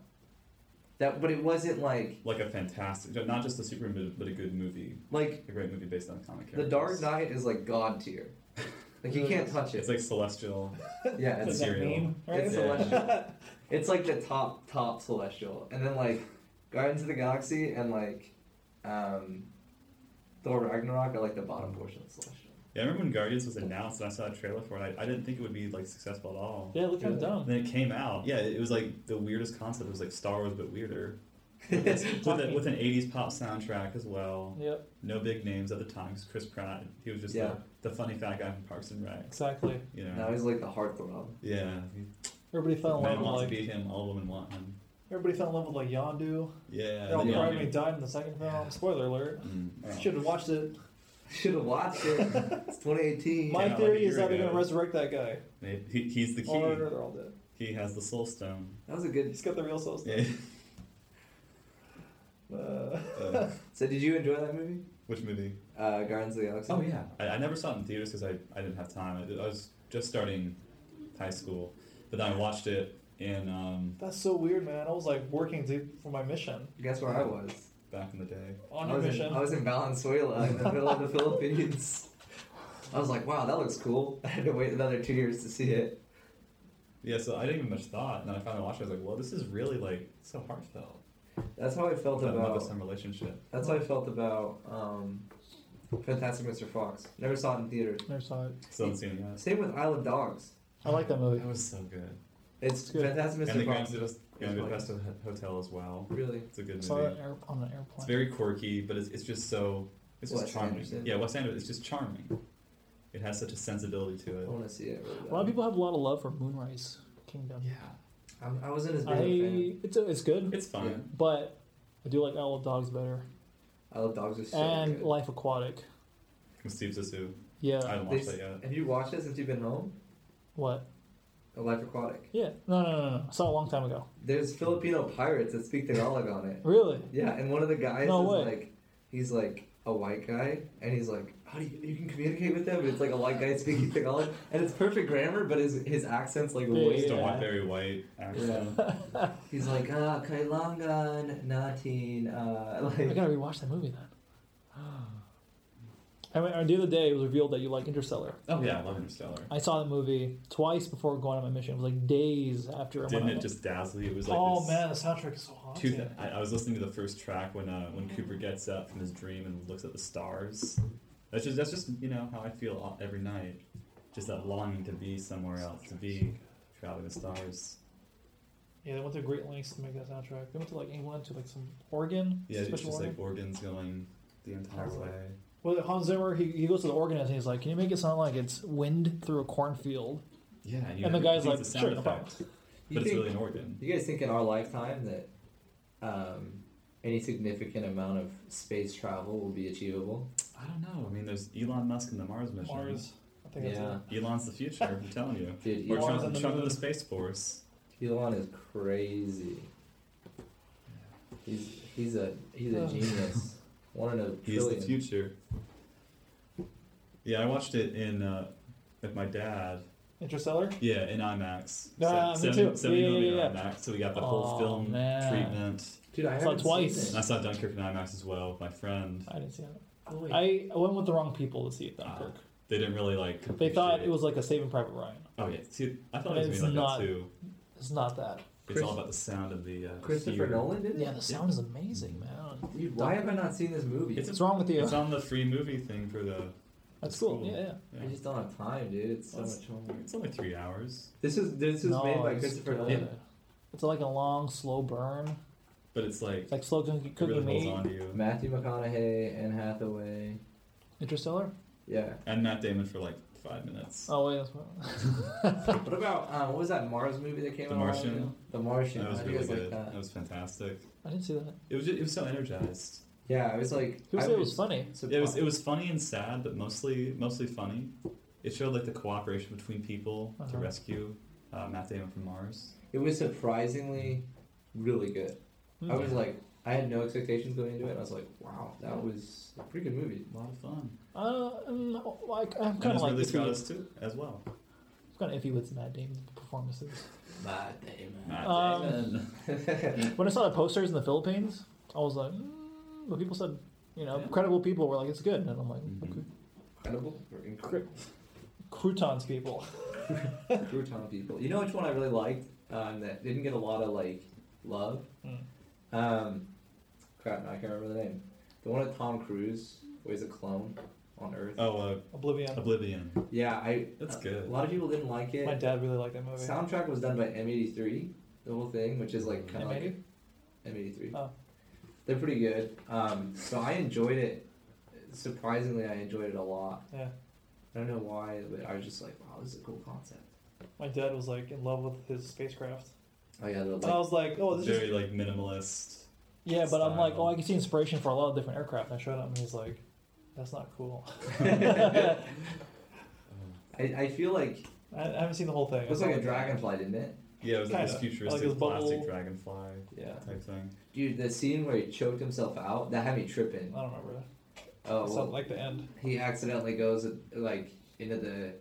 That, but it wasn't like Like a fantastic, not just a superhero, but- but a good movie. like A great movie based on comic The characters. Dark Knight is like god tier. Like (laughs) you Really? can't touch It's it. like celestial. Yeah, What It's does it's that serial. mean? Right? (laughs) it's Yeah. celestial. It's like the top top celestial, and then like Guardians of the Galaxy and like um, Thor Ragnarok are like the bottom portion of celestial. (laughs) Yeah, I remember when Guardians was announced and I saw a trailer for it. I, I didn't think it would be like successful at all. Yeah, look how Really? And dumb. then it came out. Yeah, it was like the weirdest concept. It was like Star Wars but weirder. (laughs) with, a, with an '80s pop soundtrack as well. Yep, No big names at the time. 'cause Chris Pratt. He was just Yeah. the, the funny fat guy from Parks and Rec. exactly. You know. Now he's like the heartthrob. (laughs) yeah. Everybody fell in Man love with wants to like be him. All women want him. everybody fell in love with like Yondu. Yeah. They all the young cried when he dude. died in the second film. Spoiler alert. Mm, oh. Should have watched (laughs) it. Should have watched it. it's 2018. My out like theory a is year that they're ago. gonna resurrect that guy. They- He, he's the key. All order, they're all dead. He has the soul (laughs) stone. That was a good He's got the real soul stuff. Yeah. Uh, Uh, So did you enjoy that movie? which movie? Uh, Guardians of the Galaxy. Oh yeah, I, I never saw it in theaters because I, I didn't have time. I, I was just starting high school, but then I watched it in um, (laughs) that's so weird, man. I was like working to, for my mission Guess where I was? back in the day. on I a was Oh, mission. In, I was in Valenzuela in the middle of the Philippines. I was like, wow, that looks cool. (laughs) I had to wait another two years to see it. Yeah, so I didn't give it much thought, and then I finally watched it. I was like, well, this is really like so heartfelt. That's how I felt That mother about. son relationship. That's how I felt about um, Fantastic Mr. Fox. Never saw it in theater. Never saw it. Still haven't seen that. Same with Isle of Dogs. I like that movie. That was so good. It's good. And Fantastic the Mr. Grand Fox. Budapest Grand Budapest Hotel as well. Really. It's a good Saw it movie. air, on an airplane. It's very quirky, but it's, it's just so it's just Wes charming. Anderson. Yeah, Wes Anderson. It's just charming. It has such a sensibility to I it. want to see it. Really a lot of bad. people have a lot of love for Moonrise Kingdom. Yeah, I'm- I wasn't as big a fan. I it's it's good, it's fun. Yeah. but I do like Owl of Dogs better Isle of Dogs is so and good. Life Aquatic. With Steve Zissou. Yeah. I haven't They watched s- that yet. Have you watched it since you've been home? What? Life Aquatic. Yeah. No, no, no, no. I saw it a long time ago. There's Filipino pirates that speak Tagalog on it. Really? Yeah, and one of the guys No is way. like, he's like a white guy, and he's like, how do you, you can communicate with them? But it's like a white guy (laughs) speaking Tagalog, and it's perfect grammar, but his his accent's like Yeah, way Just a yeah. white, down. very white accent. He's like, ah, kailangan natin, uh, (laughs) I like gotta rewatch that movie then. (gasps) I mean, and the other day it was revealed that you like Interstellar. Oh yeah, I love Interstellar. I saw that movie twice before going on my mission. It was like days after. I Didn't went it on just dazzle you? It was like oh this man, the soundtrack is so hot. Two I, I was listening to the first track when uh, when Cooper gets up from his dream and looks at the stars. That's just that's just you know how I feel all- every night, just that longing to be somewhere else, to be traveling the stars. Yeah, they went to great lengths to make that soundtrack. They went to like England to like some organ. Yeah, it's special just organ. like organs going the entire Entirely. way. Well, Hans Zimmer, he, he goes to the organist and he's like, "Can you make it sound like it's wind through a cornfield?" Yeah, and, you And the it guy's needs like, a "Sure, no problem." you but it's think- really an organ. You guys think in our lifetime that um, any significant amount of space travel will be achievable? I don't know. I mean, there's Elon Musk and the Mars mission. Mars, I think Yeah. Elon's the future. I'm telling you. Dude, Or Mars Elon, Trump, and the Trump moon. and the Space Force. Elon is crazy. He's he's a he's a Oh. genius. One in a He's the trillion. future. Yeah, I watched it in uh, with my dad. Interstellar. Yeah, in IMAX. Ah, Se- me seven- too. seven Yeah, yeah, millimeter yeah, IMAX. So we got the Aw, whole film man. treatment. Dude, I Saw it haven't seen twice. And I saw Dunkirk in IMAX as well with my friend. I didn't see that. Oh, wait. I I went with the wrong people to see it. Ah, Dunkirk. They didn't really like. They thought appreciate it was like a Saving Private Ryan. Oh yeah. See, I thought it was It's gonna be like not- that too. It's not that. It's Chris- all about the sound of the. Uh, Christopher theater. Nolan did it. Yeah, the sound is amazing, man. Dude, why have I not seen this movie? It's What's wrong with you? It's on the free movie thing for the. That's it's cool. cool. Yeah, yeah. yeah. I just don't have time, dude. It's so That's- much homework. It's only three hours, This is this was No, made by it's- Christopher yeah. Nolan. It's like a long, slow burn. but it's like It's like slow cooking, it really cooking holds meat. on to you. Matthew McConaughey, Anne Hathaway. Interstellar. Yeah. And Matt Damon for like five minutes. Oh wait, that's What about um, what was that Mars movie that came The out? a while Martian. ago? The Martian. that was I think really it was good. Like That that. was fantastic. (laughs) I didn't see that. It was ju- it was so energized. Yeah, it was like. Who I said it was funny? It was it was funny and sad, but mostly mostly funny. It showed like the cooperation between people to Uh-huh. rescue uh, Matt Damon from Mars. It was surprisingly really good. I Hmm. was like, I had no expectations going into it. And I was like, wow, that was a pretty good movie. A lot of fun. uh, um, like I'm and kind of it's like really iffy. Scott is too as well. I'm kind of iffy with Matt Damon's performances. Matt Damon. Matt Um, Damon. When I saw the posters in the Philippines, I was like, mm, but people said, you know, Yeah. credible people were like, it's good, and I'm like, Mm-hmm. Mhm. okay. (laughs) Incredible. or incredible. croutons people. Crouton people. You know which one I really liked um, that didn't get a lot of like love. Mm. Um, crap, now I can't remember the name. The one with Tom Cruise, where he's a clone on Earth. oh, uh, Oblivion. Oblivion. Yeah, I. That's a- good. A lot of people didn't like it. My dad really liked that movie. Soundtrack was done by M83, the whole thing, which is like kind of like M80? M83. Oh. They're pretty good. Um, so I enjoyed it. Surprisingly, I enjoyed it a lot. Yeah. I don't know why, but I was just like, wow, this is a cool concept. My dad was like in love with his spacecraft. Oh yeah, the And I like, was like, oh, this is. Very like minimalist. Yeah, but I'm like, style. oh, I can see inspiration for a lot of different aircraft. And I showed him, and he's like, that's not cool. (laughs) Oh. I, I feel like I, I haven't seen the whole thing. It was like a dragonfly, didn't it? Yeah, it was like this Kinda. futuristic Like this bubble- plastic dragonfly Yeah. type thing. Dude, the scene where he choked himself out, that had me tripping. I don't remember. Oh, Something well, like the end. he accidentally goes like into the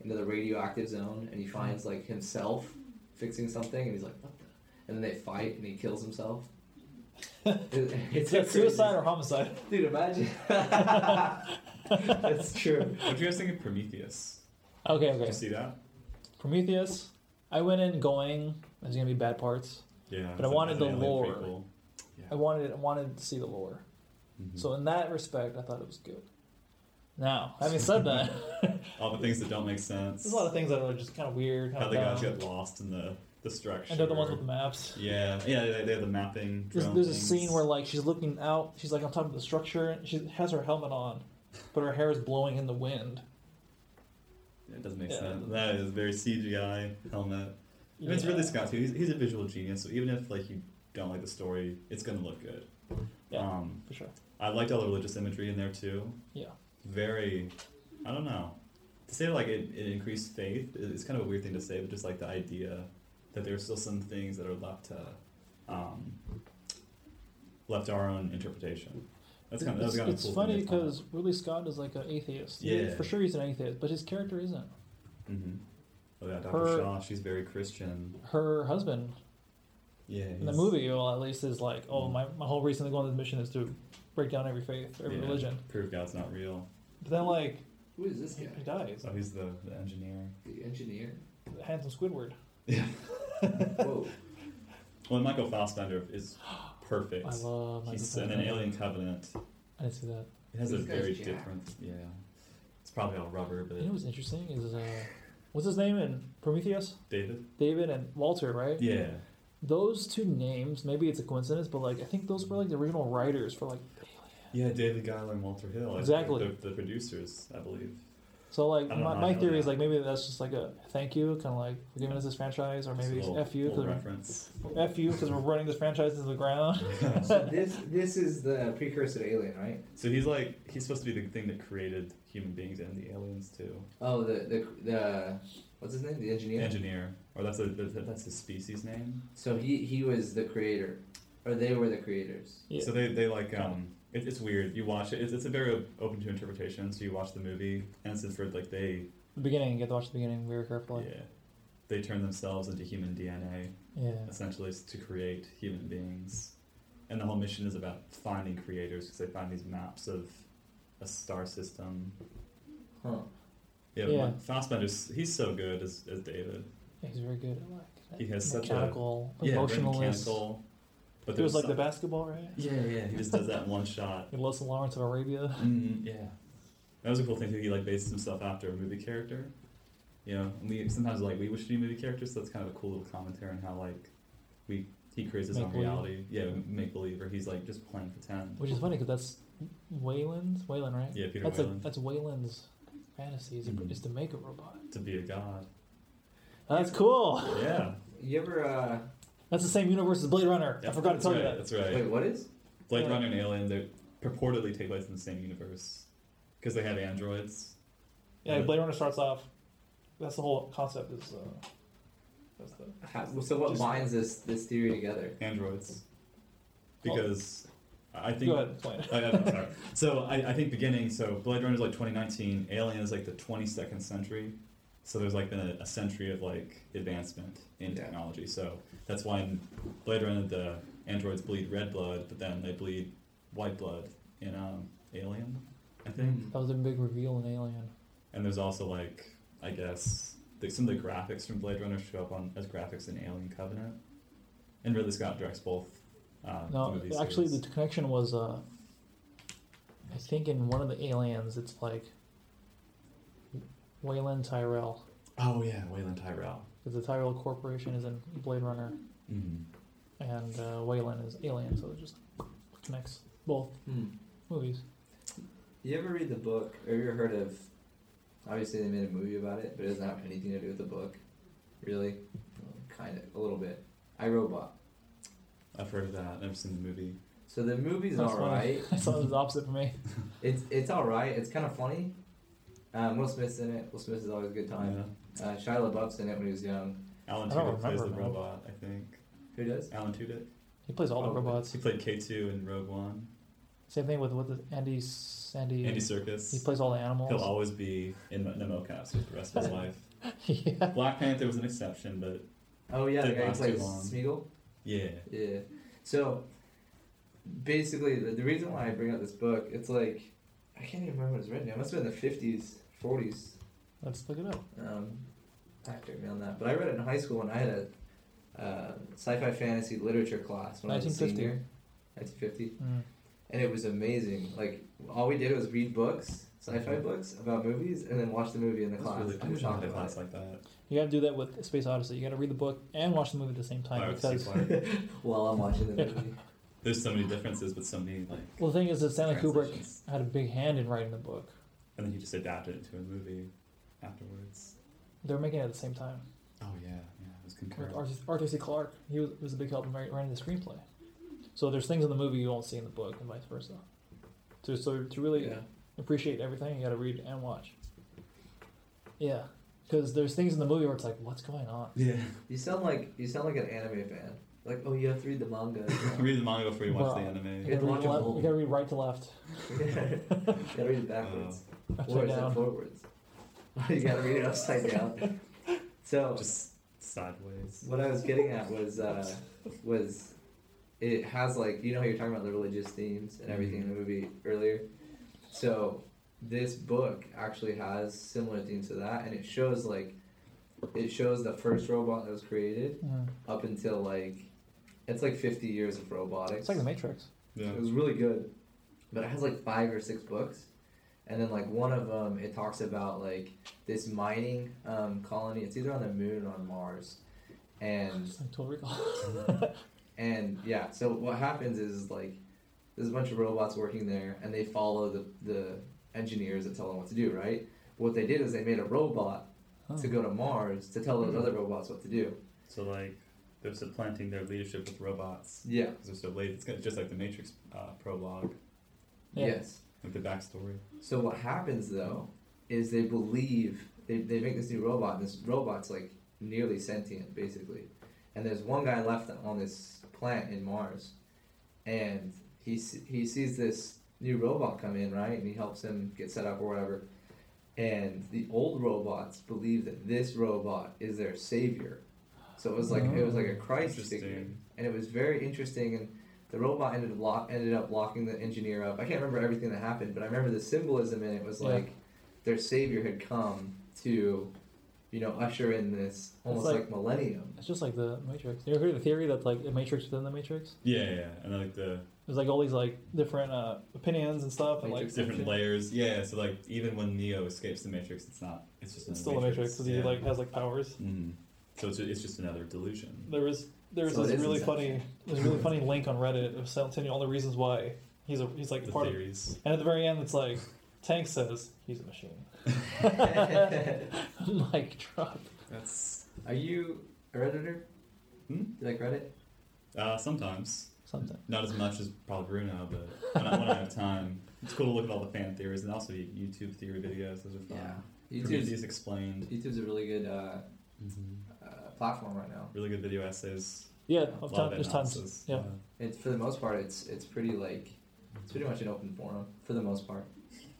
into the radioactive zone, and he finds like himself fixing something, and he's like, "What the?" And then they fight, and he kills himself. It- It's a like suicide crazy- or homicide. Dude, imagine. That's true. What do you guys think of Prometheus? Okay, Did okay. you see that? Prometheus. I went in going. There's gonna be bad parts. Yeah. But I it's a- wanted it's the an alien lore. prequel. I wanted I wanted to see the lore. Mhm. So in that respect, I thought it was good. Now, having said (laughs) that, Mm-hmm. all the things that don't make sense. there's a lot of things that are just kind of weird. Kind How of the guys dumb, get lost in the the structure. and they're the ones with the maps. Yeah, yeah, they, they have the mapping. There's, drone there's a things. scene where like she's looking out. She's like on top of the structure. And she has her helmet on, but her hair is blowing in the wind. it doesn't make Yeah. sense. That is very CGI helmet. And It's Yeah. really Scott too. He's, he's a visual genius, so even if like you don't like the story, it's gonna look good. Yeah. Um, for sure. I liked all the religious imagery in there too. Yeah. Very, I don't know. To say like it, it increased faith i- is kind of a weird thing to say, but just like the idea that there are still some things that are left to, um, left to our own interpretation. That's kind of it's that's kind of it's cool funny because Ridley Scott is like an atheist. He- Yeah. for sure he's an atheist, but his character isn't. hmm Oh yeah, Dr. her- Shaw. She's very Christian. Her husband Yeah. in the he's- movie, well, at least is like, oh, Mm. my, my whole reason to go on this mission is to break down every faith, every yeah, religion. Prove God's not real. But then, like, Who is this he, guy? he dies. So he's the, the engineer. The engineer. Handsome Squidward. Yeah. Whoa. Well, and Michael Fassbender (gasps) is perfect. I love. he's Michael in an Fassbender. Alien Covenant. I didn't see that. It has a This guy's very jacked. different. Yeah, it's probably all rubber, but You know what's interesting is, uh, what's his name in Prometheus? David. David and Walter, right? Yeah, Those two names, maybe it's a coincidence, but like I think those were like the original writers for like yeah, David Guile and Walter Hill. I- Exactly. The, the producers, I believe. So like I don't my, know, I my know theory is that. like maybe that's just like a thank you, kind of like for giving us this franchise, or Just a maybe it's little- f you little because reference. (laughs) f you because we're running this franchise to the ground. so this this is the precursor to Alien, right? So he's like he's supposed to be the thing that created human beings and the aliens too. Oh, the the the what's his name? The engineer. Engineer, or that's a, that- that's his species name. So he he was the creator, or they were the creators. Yeah. So they they like um. It, it's weird. You watch it. It's, it's a very open to interpretation. So you watch the movie, and it's inferred like they The beginning, you get to watch the beginning very carefully. Yeah. They turn themselves into human DNA, Yeah. essentially, is to create human beings. And the whole mission is about finding creators because they find these maps of a star system. Huh. Yeah, Yeah. yeah. Fassbender's, he's so good as, as David. He's very good at like He has such a- mechanical, Yeah, very emotionalist. mechanical. But It was there's like the some- basketball, right? Yeah, yeah, he just does that in one shot. In Lesson Lawrence of Arabia. Mm, yeah. That was a cool thing too. He like bases himself after a movie character. You know, and we sometimes like we wish to be movie characters, so that's kind of a cool little commentary on how like we he creates his own Make-believe. reality. Yeah, make believe or he's like just playing pretend. Which is funny because that's Wayland's Wayland, right? Yeah, Peter that's Wayland A, that's Wayland's fantasy is, Mhm. is to make a robot. to be a god. That's cool. Yeah. You ever uh That's the same universe as Blade Runner. I Yeah, forgot to that's tell you right, that. That's right. wait, what is? Blade Yeah. Runner and Alien they purportedly take place in the same universe because they have androids. Yeah, Yeah. Blade Runner starts off. That's the whole concept. Is uh, that's the How, so what Just- binds this this theory together? Androids. Well- Because I think go ahead explain it. I, I, am Oh, sorry. So I, I think beginning, so Blade Runner is like 2019, Alien is like the 22nd century. So there's like been a, a century of like advancement in Yeah. technology. So that's why in Blade Runner the androids bleed red blood, but then they bleed white blood in um, Alien, I think. That was a big reveal in Alien. And there's also like, I guess, the, some of the graphics from Blade Runner show up on as graphics in Alien Covenant. And Ridley Scott directs both. Uh, No, movies actually, the connection was. Uh, I think in one of the Aliens, it's like Wayland Tyrell oh yeah, Wayland Tyrell. because the Tyrell Corporation is in Blade Runner, Mm. and uh, Wayland is Alien, so it just connects both Hmm. movies. You ever read the book or you ever heard of obviously they made a movie about it, but it doesn't have anything to do with the book. Really? Kind of a little bit. I Robot. I've heard of that. Never seen the movie. So the movie's That's all funny. right. (laughs) I thought it was the opposite for me. It's it's all right. It's kind of funny. Um, Will Smith's in it. Will Smith is always a good time. Yeah. Uh, Shia LaBeouf's in it when he was young. Alan I don't Tudyk plays the remember, man. robot. I think Who does? Alan Tudyk. He plays all the Oh, robots. He played K two in Rogue One. Same thing with with the Andy Sandy. Andy He Circus. plays all the He'll animals. always be in the mocap for the rest of his life. (laughs) yeah. Black Panther was an exception, but Oh yeah, the Didn't guy who last too plays long. Smeagol. yeah, Yeah. So basically, the, the reason why I bring up this book, it's like I can't even remember what it's written. It must have been the fifties, forties. Let's look it up. um, actor me on that. But I read it in high school when I had a uh, sci-fi fantasy literature class when I was a 1950. senior, 1950, Mm. and it was amazing. Like all we did was read books, sci-fi books about movies, and then watch the movie in the Mm-hmm. that's class. really. I and wish I talk had a about class it. like that. You got to do that with Space Odyssey. You got to read the book and watch the movie at the same time Pirates of the because Sea (laughs) Fire. while I'm watching (laughs) the Yeah. movie. There's so many differences, but so many like. well, the thing is that Stanley Kubrick translations. had a big hand in writing the book. And then he just adapted it to a movie afterwards. They were making it at the same time. Oh yeah, yeah, it was Like concurrent. Arthur, Arthur C. Clarke, he was, was a big help in wri- writing the screenplay. So there's things in the movie you won't see in the book, and vice versa. To so to really Yeah. appreciate everything, you got to read and watch. Yeah, because there's things in the movie where it's like, what's going on? Yeah, (laughs) You sound like you sound like an anime fan. Like, oh, you have to read the manga. (laughs) read the manga before you watch Bruh. the anime. You got Yeah. have to to watch read it left. whole. You got to read right to left, (laughs) you gotta read it backwards, or upside is it down. forwards? (laughs) you gotta read it upside down. So Just sideways. What I was getting at was uh, was it has like you know how you're talking about the religious themes and everything in the movie earlier. So this book actually has similar themes to that, and it shows like it shows the first robot that was created Mm. up until like it's like 50 years of robotics. It's like the Matrix. Yeah. It was really good, but it has like five or six books, and then like one of them it talks about like this mining um, colony. It's either on the moon or on Mars, and It's like Total Recall. and yeah. So what happens is like there's a bunch of robots working there, and they follow the the engineers that tell them what to do, right? But what they did is they made a robot Oh. to Mm-hmm. go to Mars to tell those other robots what to do. So like they're supplanting their leadership with robots Yeah. because they're so late. It's kinda just like the Matrix uh, prologue, Yeah. Yes. like the backstory. So what happens though is they believe they, they make this new robot and this robot's like nearly sentient basically. And there's one guy left on this planet in Mars and he s- he sees this new robot come in, right? And he helps him get set up or whatever. and the old robots believe that this robot is their savior. So it was like it was like a Christ figure, Interesting. and it was very interesting. And the robot ended up lock, ended up locking the engineer up. I can't remember everything that happened, but I remember the symbolism in it was Yeah. like their savior had come to, you know, usher in this almost like- (laughs) like, millennium. It's just like the Matrix. You ever heard the theory that like the Matrix within the Matrix? Yeah, yeah, yeah. and then like the There's like all these like different uh, opinions and stuff, and like Matrix different shit. layers. Yeah, so like even when Neo escapes the Matrix, it's not. It's just It's still another the Matrix because he Yeah. like has like powers. Mhm. So it's, it's just another delusion. There was there was So it this is really Inception. funny there's a really funny link on Reddit of sel- telling you all the reasons why he's a he's like The part of theories. and at the very end it's like Tank says he's a (laughs) machine. Mic drop. That's Are you a redditor? Hmm? Do you like Reddit? uh, sometimes Something. not as much as probably Bruno, but when I, when I (laughs) have time, it's cool to look at all the fan theories and also YouTube theory videos. Those are fun. YouTube's Prometheus explained. YouTube's a really good uh, Mm-hmm. uh, platform right now. Really good video essays. Yeah, a lot of time, of there's tons. analysis. yeah. It's for the most part, it's it's pretty like it's pretty much an open forum for the most part.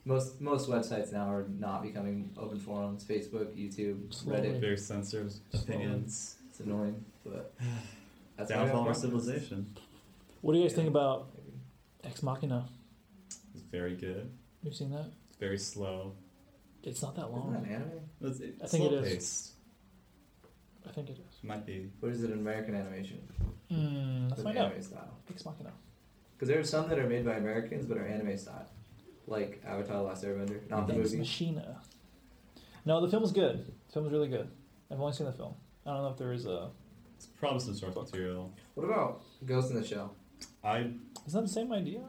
Most most websites now are not becoming open forums. Facebook, YouTube, Slowly. Reddit. Very censored opinions. It's annoying, (sighs) but that's why we Downfall have of our podcasts. civilization. What do you guys Yeah. think about Maybe. Ex Machina? It's very good. You've seen that? It's very slow. It's not that Isn't that long. an anime? It's, it's I think it slow is. paced. I think it is. Might be. What is it? An American animation? Mm, let's With find out. anime style. Ex Machina. Because there are some that are made by Americans but are anime style, like Avatar: The Last Airbender, not the Ex movie. Machina. No, the film's good. The film's really good. I've only seen the film. I don't know if there is a. It's probably some source material. What about Ghost in the Shell? I Is that the same idea?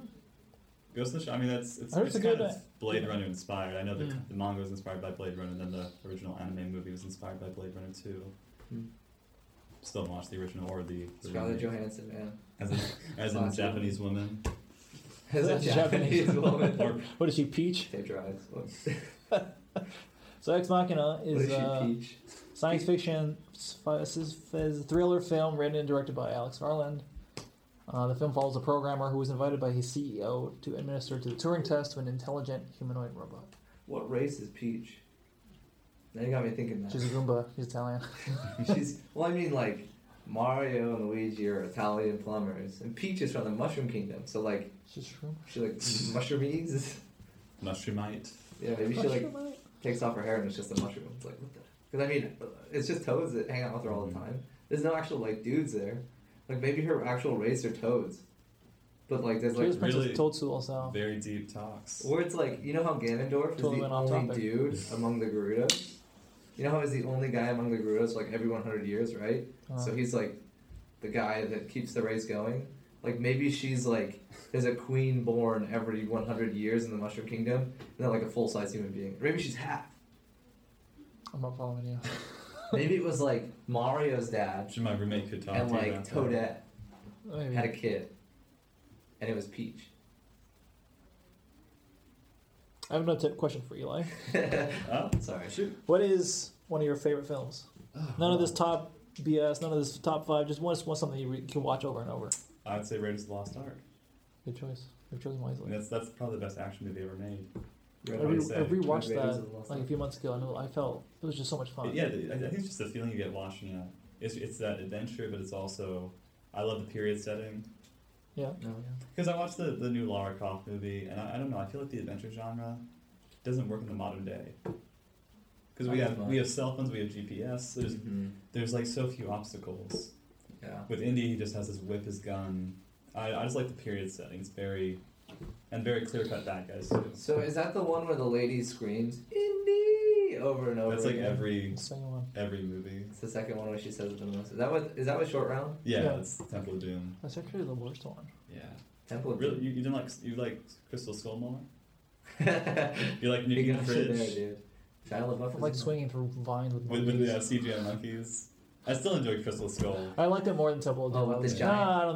Ghost in the Shell. I mean, that's it's, I heard it's, it's a kind good, of uh, Blade Runner inspired. I know Hmm. the, Mm. the manga was inspired by Blade Runner, and then the original anime movie was inspired by Blade Runner too. Hmm. Still haven't watched the original or the, the Scarlett remake. Johansson, man. (laughs) as in, as in Classic. Japanese woman. As a That's Japanese. Japanese (laughs) woman. Or (laughs) What is she, Peach? Tape your eyes. What, So Ex Machina what is is she, uh, Peach? science fiction sci- sci- thriller film written and directed by Alex Garland. Uh, the film follows a programmer who was invited by his CEO to administer to the Turing test to an intelligent humanoid robot. What race is Peach? Now you got me thinking that. (laughs) She's a Goomba. She's Italian. She's, well, I mean, like, Mario and Luigi are Italian plumbers, and Peach is from the Mushroom Kingdom, so, like, She's shroom. she, (laughs) like, mushroomies? Oh. mushroomite. yeah, maybe she, like, takes off her hair and it's just a mushroom. It's like, what the? Because, I mean, it's just toads that hang out with her Mm-hmm. all the time. There's no actual, like, dudes there. Like, maybe her actual race are toads. But, like, there's, She was like, Princess uh, really- Totsu also. Very deep talks. Or it's like, you know how Ganondorf is Totally the went off only topic. dude among the Gerudos? You know how he's the only guy among the Gerudos like every 100 years, right? Uh, So he's like the guy that keeps the race going. Like maybe she's like, there's a queen born every 100 years in the Mushroom Kingdom, and then like a full size human being. Or maybe she's half. I'm not following you. Maybe it was like Mario's dad Actually, my roommate could talk and to you like about that. Toadette Maybe. had a kid, and it was Peach. (laughs) I have another tip question for Eli. Oh, Sorry. shoot. What is one of your favorite films? Oh, None of this top BS. None of this top five. Just one, one something you re- can watch over and over. I'd say Raiders of the Lost Ark. Good choice. You've chosen I mean, wisely. that's that's probably the best action movie ever made. I, I'd re- say I rewatched Raiders that of the Lost like a Ark. few months ago, and I felt it was just so much fun. Yeah, I I think it's just the feeling you get watching it. It's it's that adventure, but it's also I love the period setting. No, yeah. Because I watched the, the new Lara Croft movie, and I, I don't know. I feel like the adventure genre doesn't work in the modern day. Because we Oh, have that's we fine. have cell phones, we have GPS. There's Mhm. there's like so few obstacles. Yeah. With Indy, he just has his whip, his gun. I, I just like the period setting. It's very and very clear cut bad guys too. So is that the one where the lady screams "Indy" over and over? That's like again? every The second one. every movie. It's the second one where she says it the most. Is that what? Is that what short round? Yeah, Yeah. it's Temple of Doom. That's actually the worst one. Yeah, Temple. of really, Doom. you, you didn't like you like Crystal Skull more? (laughs) Big You like Nikki up shit there, Fridge? dude. Shia LaBeouf. I is like in swinging through vines with with, with the uh, monkeys. CGI monkeys. I still enjoy Crystal Skull. (laughs) I liked it more than Temple of Oh, Doom. with the Obviously. giant- Ah, I don't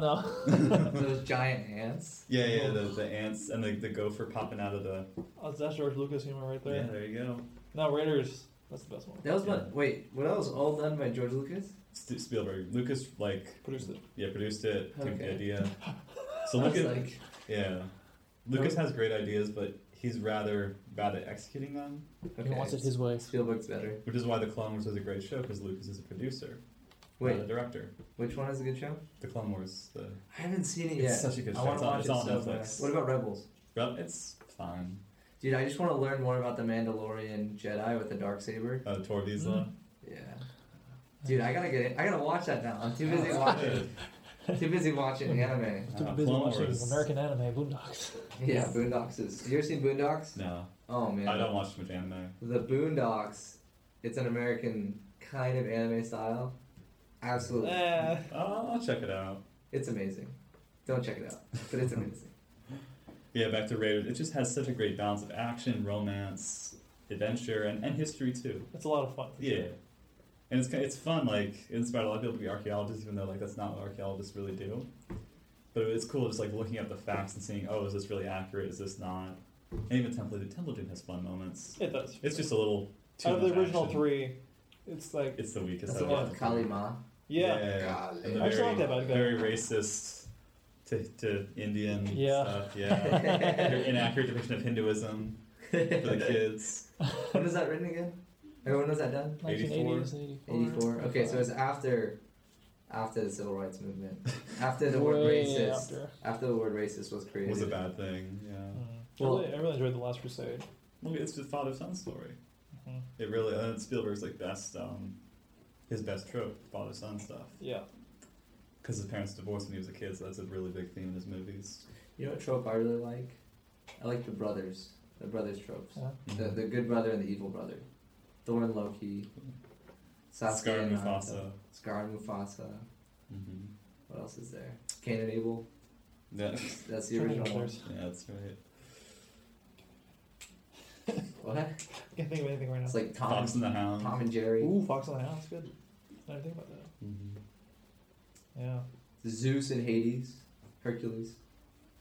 (laughs) know. that. Those giant ants. Yeah, yeah, the, the ants and the, the gopher popping out of the. Oh, that's George Lucas humor right Yeah, there you go. No, Raiders. That's the best one. That was Yeah. what? Wait, what? That was all done by George Lucas. St- Spielberg. Lucas, like, Produced it. yeah, produced it, took the (laughs) Okay. idea. So I was Lucas, like, yeah. Lucas has great ideas, but he's rather bad at executing them, Okay. He wants it his way. Spielberg's better. which is why The Clone Wars was a great show because Lucas is a producer, not Wait, a director. which one is a good show? The Clone Wars, the I haven't seen it it's yet. such a good I show. want It's to on, watch it's it on so Netflix. bad. What about Rebels? But it's fine. Dude, I just want to learn more about the Mandalorian Jedi with the dark saber. Uh, Tor Vizsla. Mm. Yeah. Dude, I gotta get it. I gotta watch that now. I'm too (laughs) busy watching. too busy watching the anime. Too Uh, busy Clone watching Wars. American anime Boondocks. (laughs) Yeah, Boondocks is. You ever seen Boondocks? No, Oh man. I don't watch too much anime. The Boondocks. It's an American kind of anime style. Absolutely. Eh. I'll, I'll check it out. It's amazing. Don't check it out, but it's amazing. Yeah, back to Raiders. It just has such a great balance of action, romance, adventure, and, and history too. It's a lot of fun. Yeah, and it's ki- it's fun. Like it inspired a lot of people to be archaeologists, even though like that's not what archaeologists really do. But it's cool just like looking at the facts and seeing, oh, is this really accurate? Is this not? And even Temple Templeton has fun moments. It does. It's just a little too out of the much original action. three, it's like (laughs) It's the weakest. That's out a lot of of the Kali three. Ma. yeah, And the Golly. I actually very, like that about it. very racist to, to Indian Yeah. stuff. Yeah. (laughs) Very inaccurate depiction of Hinduism for the kids. when was that written again? Or when was that done? 1980s and 84. 84. Okay, so it's after after the civil rights movement. After the (laughs) word Way racist. after. After the word racist was created. was a bad thing. Yeah. Mm. Well- I, really, I really enjoyed The Last Crusade. Look, it's the father son story. Mhm. It really, and Spielberg's like best, um, his best trope, father son stuff. Yeah. Because his parents divorced when he was a kid, so that's a really big theme in his movies. You know what trope I really like? I like the brothers. The brothers tropes. Yeah. The, the good brother and the evil brother. Thor and Loki. Sasuke Mm-hmm. uh, Scar and Naruto. Mufasa. Scar and Mufasa. hmm What else is there? Cain and Abel. Yeah. (laughs) That's the original one. Brothers. yeah, that's right. What? Can't think of anything right now. It's like Tom, Fox and the Hound. Tom and Jerry. Ooh, Fox on the Hound's good. I didn't think about that. Mhm. Yeah. Zeus and Hades. Hercules.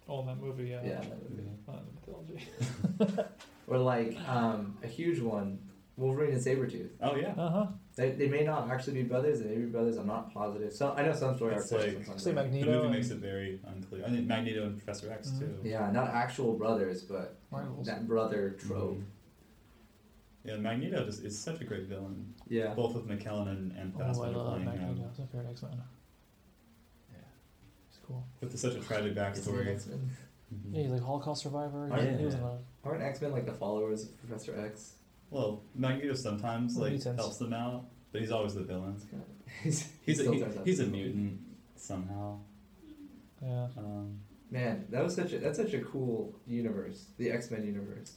Oh, that movie. Yeah. Yeah. that movie. Yeah. Not in the (laughs) mythology. Or like um, a huge one, Wolverine and Sabretooth. Oh, yeah. Uh huh. They, they may not actually be brothers, they may be brothers, I'm not positive. So I know some story It's arcs are like- sometimes Say like- The Magneto. movie and makes it very unclear. I think Magneto and Professor X Mhm. too. Yeah, not actual brothers, but Rivals. that brother trope. Mhm. Mm-hmm. Yeah, Magneto just, is such a great villain. Yeah. Both with McKellen and, and Oh, I Fassbender love playing uh, Magneto. him. It's my favorite X Men. Yeah. It's cool. With such a tragic backstory. X-Men. Mhm. Yeah, he's like Holocaust survivor. Oh, He- yeah. He was in a Aren't X Men like the followers of Professor X? Well, Magneto sometimes Well, like he tends- helps them out, but he's always the villain. It's kind of- (laughs) he's, He's a, still he, turns out he's to a be- mutant somehow. yeah. Um, Man, that was such a that's such a cool universe, the X Men universe.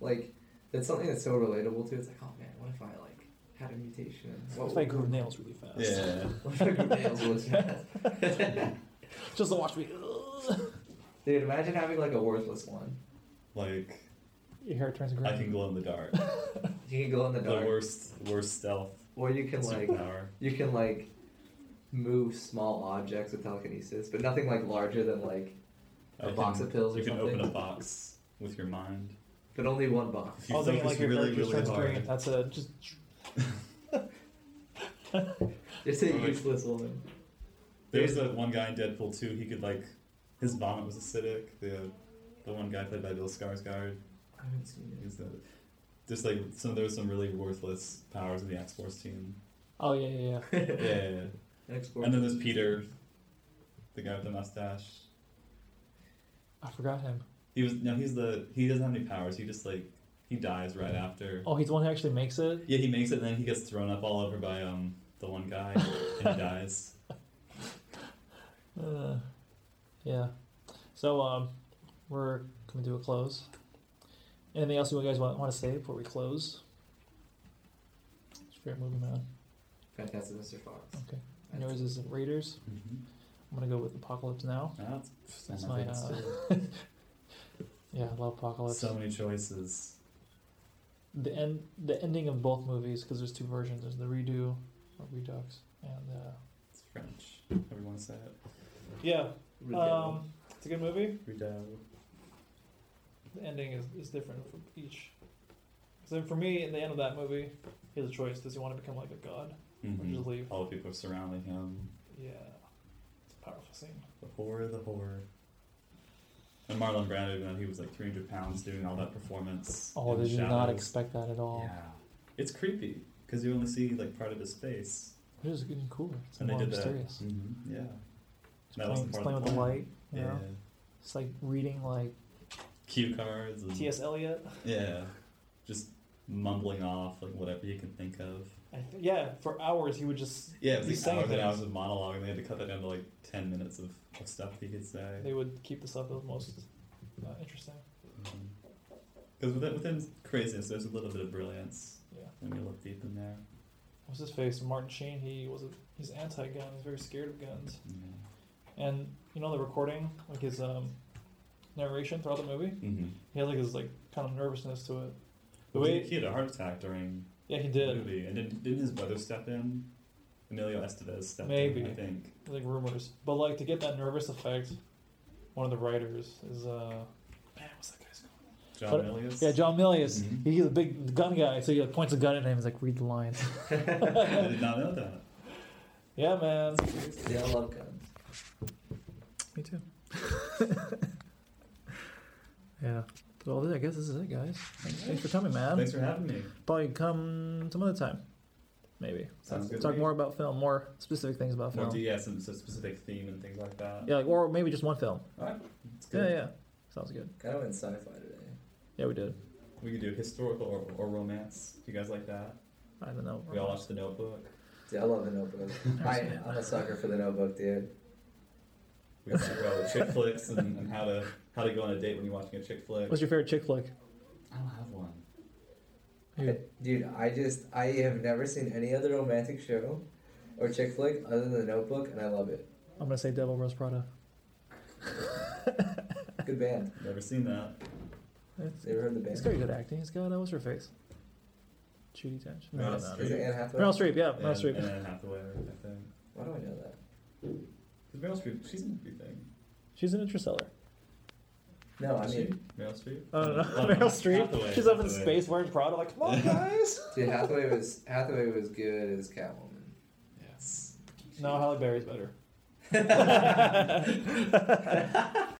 Like, that's something that's so relatable to. It's like, oh man, what if I like had a mutation? What If I would- (laughs) grew nails really fast. yeah. What if I grew nails really fast? Just to watch me. Dude, imagine having like a worthless one. Like (laughs) Your hair turns green. I can glow in the (laughs) dark. You can go in the the dark, worst worst stealth or you (laughs) can like superpower. you can like move small objects with telekinesis, but nothing like larger than like a I box can- of pills or You can something. open a box with your mind. But only one box. (laughs) If you Oh, focus thinking like your really, hair just really turns hard. green. That's a just. Just a Oh, like- useless woman. There's that one guy in Deadpool 2, he could like his vomit was acidic. The the one guy played by Bill Skarsgård, I haven't seen it. he's the just like some there was some really worthless powers in the X Force team. Oh yeah, yeah, yeah. Yeah, yeah, yeah. Export. And then there's Peter, the guy with the mustache. I forgot him. He was no, he's the he doesn't have any powers. He just like he dies right after. Oh, he's the one who actually makes it. Yeah, he makes it, and then he gets thrown up all over by um the one guy, and he dies. Uh, yeah. So um, we're coming to a close. Anything else you guys want, want to say before we close? It's a favorite movie, man. Fantastic Mr. Fox. Okay. And Yours is Raiders. Mhm. I'm gonna go with Apocalypse Now. That's, That's I my. think it's Uh, yeah, I love Apocalypse. so many choices. the end the ending of both movies because there's two versions there's the redo or redux and uh It's French. Everyone say it. yeah Ridiculous. (laughs) um it's a good movie Redoubt. the ending is, is different for each so for me at the end of that movie he has a choice does he want to become like a god or Mhm. just leave All the people surrounding him. yeah it's a powerful scene The horror, the horror. And Marlon Brando, you know, he was like 300 pounds doing all that performance. Oh, in the did you not oh. shadows. expect that at all? Yeah, it's creepy because you only see like part of his face, It was getting cooler. It's and more they did mysterious. that. hmm Yeah, It's That playing, wasn't it's part playing of with the the plan. light. You yeah. know? It's like reading like Cue cards and T.S. Eliot. yeah, just mumbling off like whatever you can think of. I th- yeah, for hours he would just Yeah, it He was like sang hours and things. hours of monologue, and they had to cut that down to like 10 minutes of, of stuff he could say. they would keep the stuff that was most uh, interesting. Because Um, within, within craziness, there's a little bit of brilliance Yeah. when you look deep in there. What's his face? Martin Sheen. He was a, he's anti-gun. He's very scared of guns. Yeah. And you know the recording, like his um, narration throughout the movie, Mm-hmm. he had like his like kind of nervousness to it. The But way, he had a heart attack during yeah, he the did. movie, and didn't, didn't his brother step in? Emilio Estevez stepped Maybe. in, I think. Like rumors, but like to get that nervous effect, one of the writers is uh, man, what's that guy's name? John But- Milius? Yeah, John Milius. Mhm. He's a big gun guy, so he like, points a gun at him. He's like, read the lines. I did not know that. (laughs) yeah, man. Yeah, I love guns. Me too. (laughs) yeah. Well, I guess this is it, guys. Thanks, thanks for coming, man. Thanks for having me. Probably come some other time, maybe. Sounds good. to Talk me. more about film, more specific things about More film. DS and some specific theme and things like that. Yeah, like, or maybe just one film. Alright, it's Yeah, good. yeah. Sounds good. Kind of in sci-fi today. Yeah, we did. We could do historical or, or romance. Do you guys like that? I don't know. We all watched The Notebook. Dude, I love the (laughs) Notebook. I, I'm a sucker for the Notebook, dude. We could talk about chick flicks and, and how to how to go on a date when you're watching a chick flick. What's your favorite chick flick? I don't have one. Who? Dude, I just I have never seen any other romantic show or chick flick other than The Notebook, and I love it. I'm gonna say Devil Rose Prada. (laughs) Good band. Never seen that. It's, You ever heard the it's band? got good acting. It's got uh, what's her face? Judy Dench. No, Meryl no, Is no. it Anne Hathaway? Meryl Streep. Yeah, Meryl and, Streep. And Anne Hathaway, I think. Why do I know that? 'Cause Meryl Streep, she's in everything. She's an (laughs) Interstellar. No, I Is mean, she? Meryl Streep. I don't know. Oh, (laughs) Meryl Streep. Hathaway, She's up in Hathaway. space wearing Prada. Like, come (laughs) on, guys. dude, Hathaway was Hathaway was good as Catwoman. (laughs) (laughs) Yes. no, Halle Berry's better.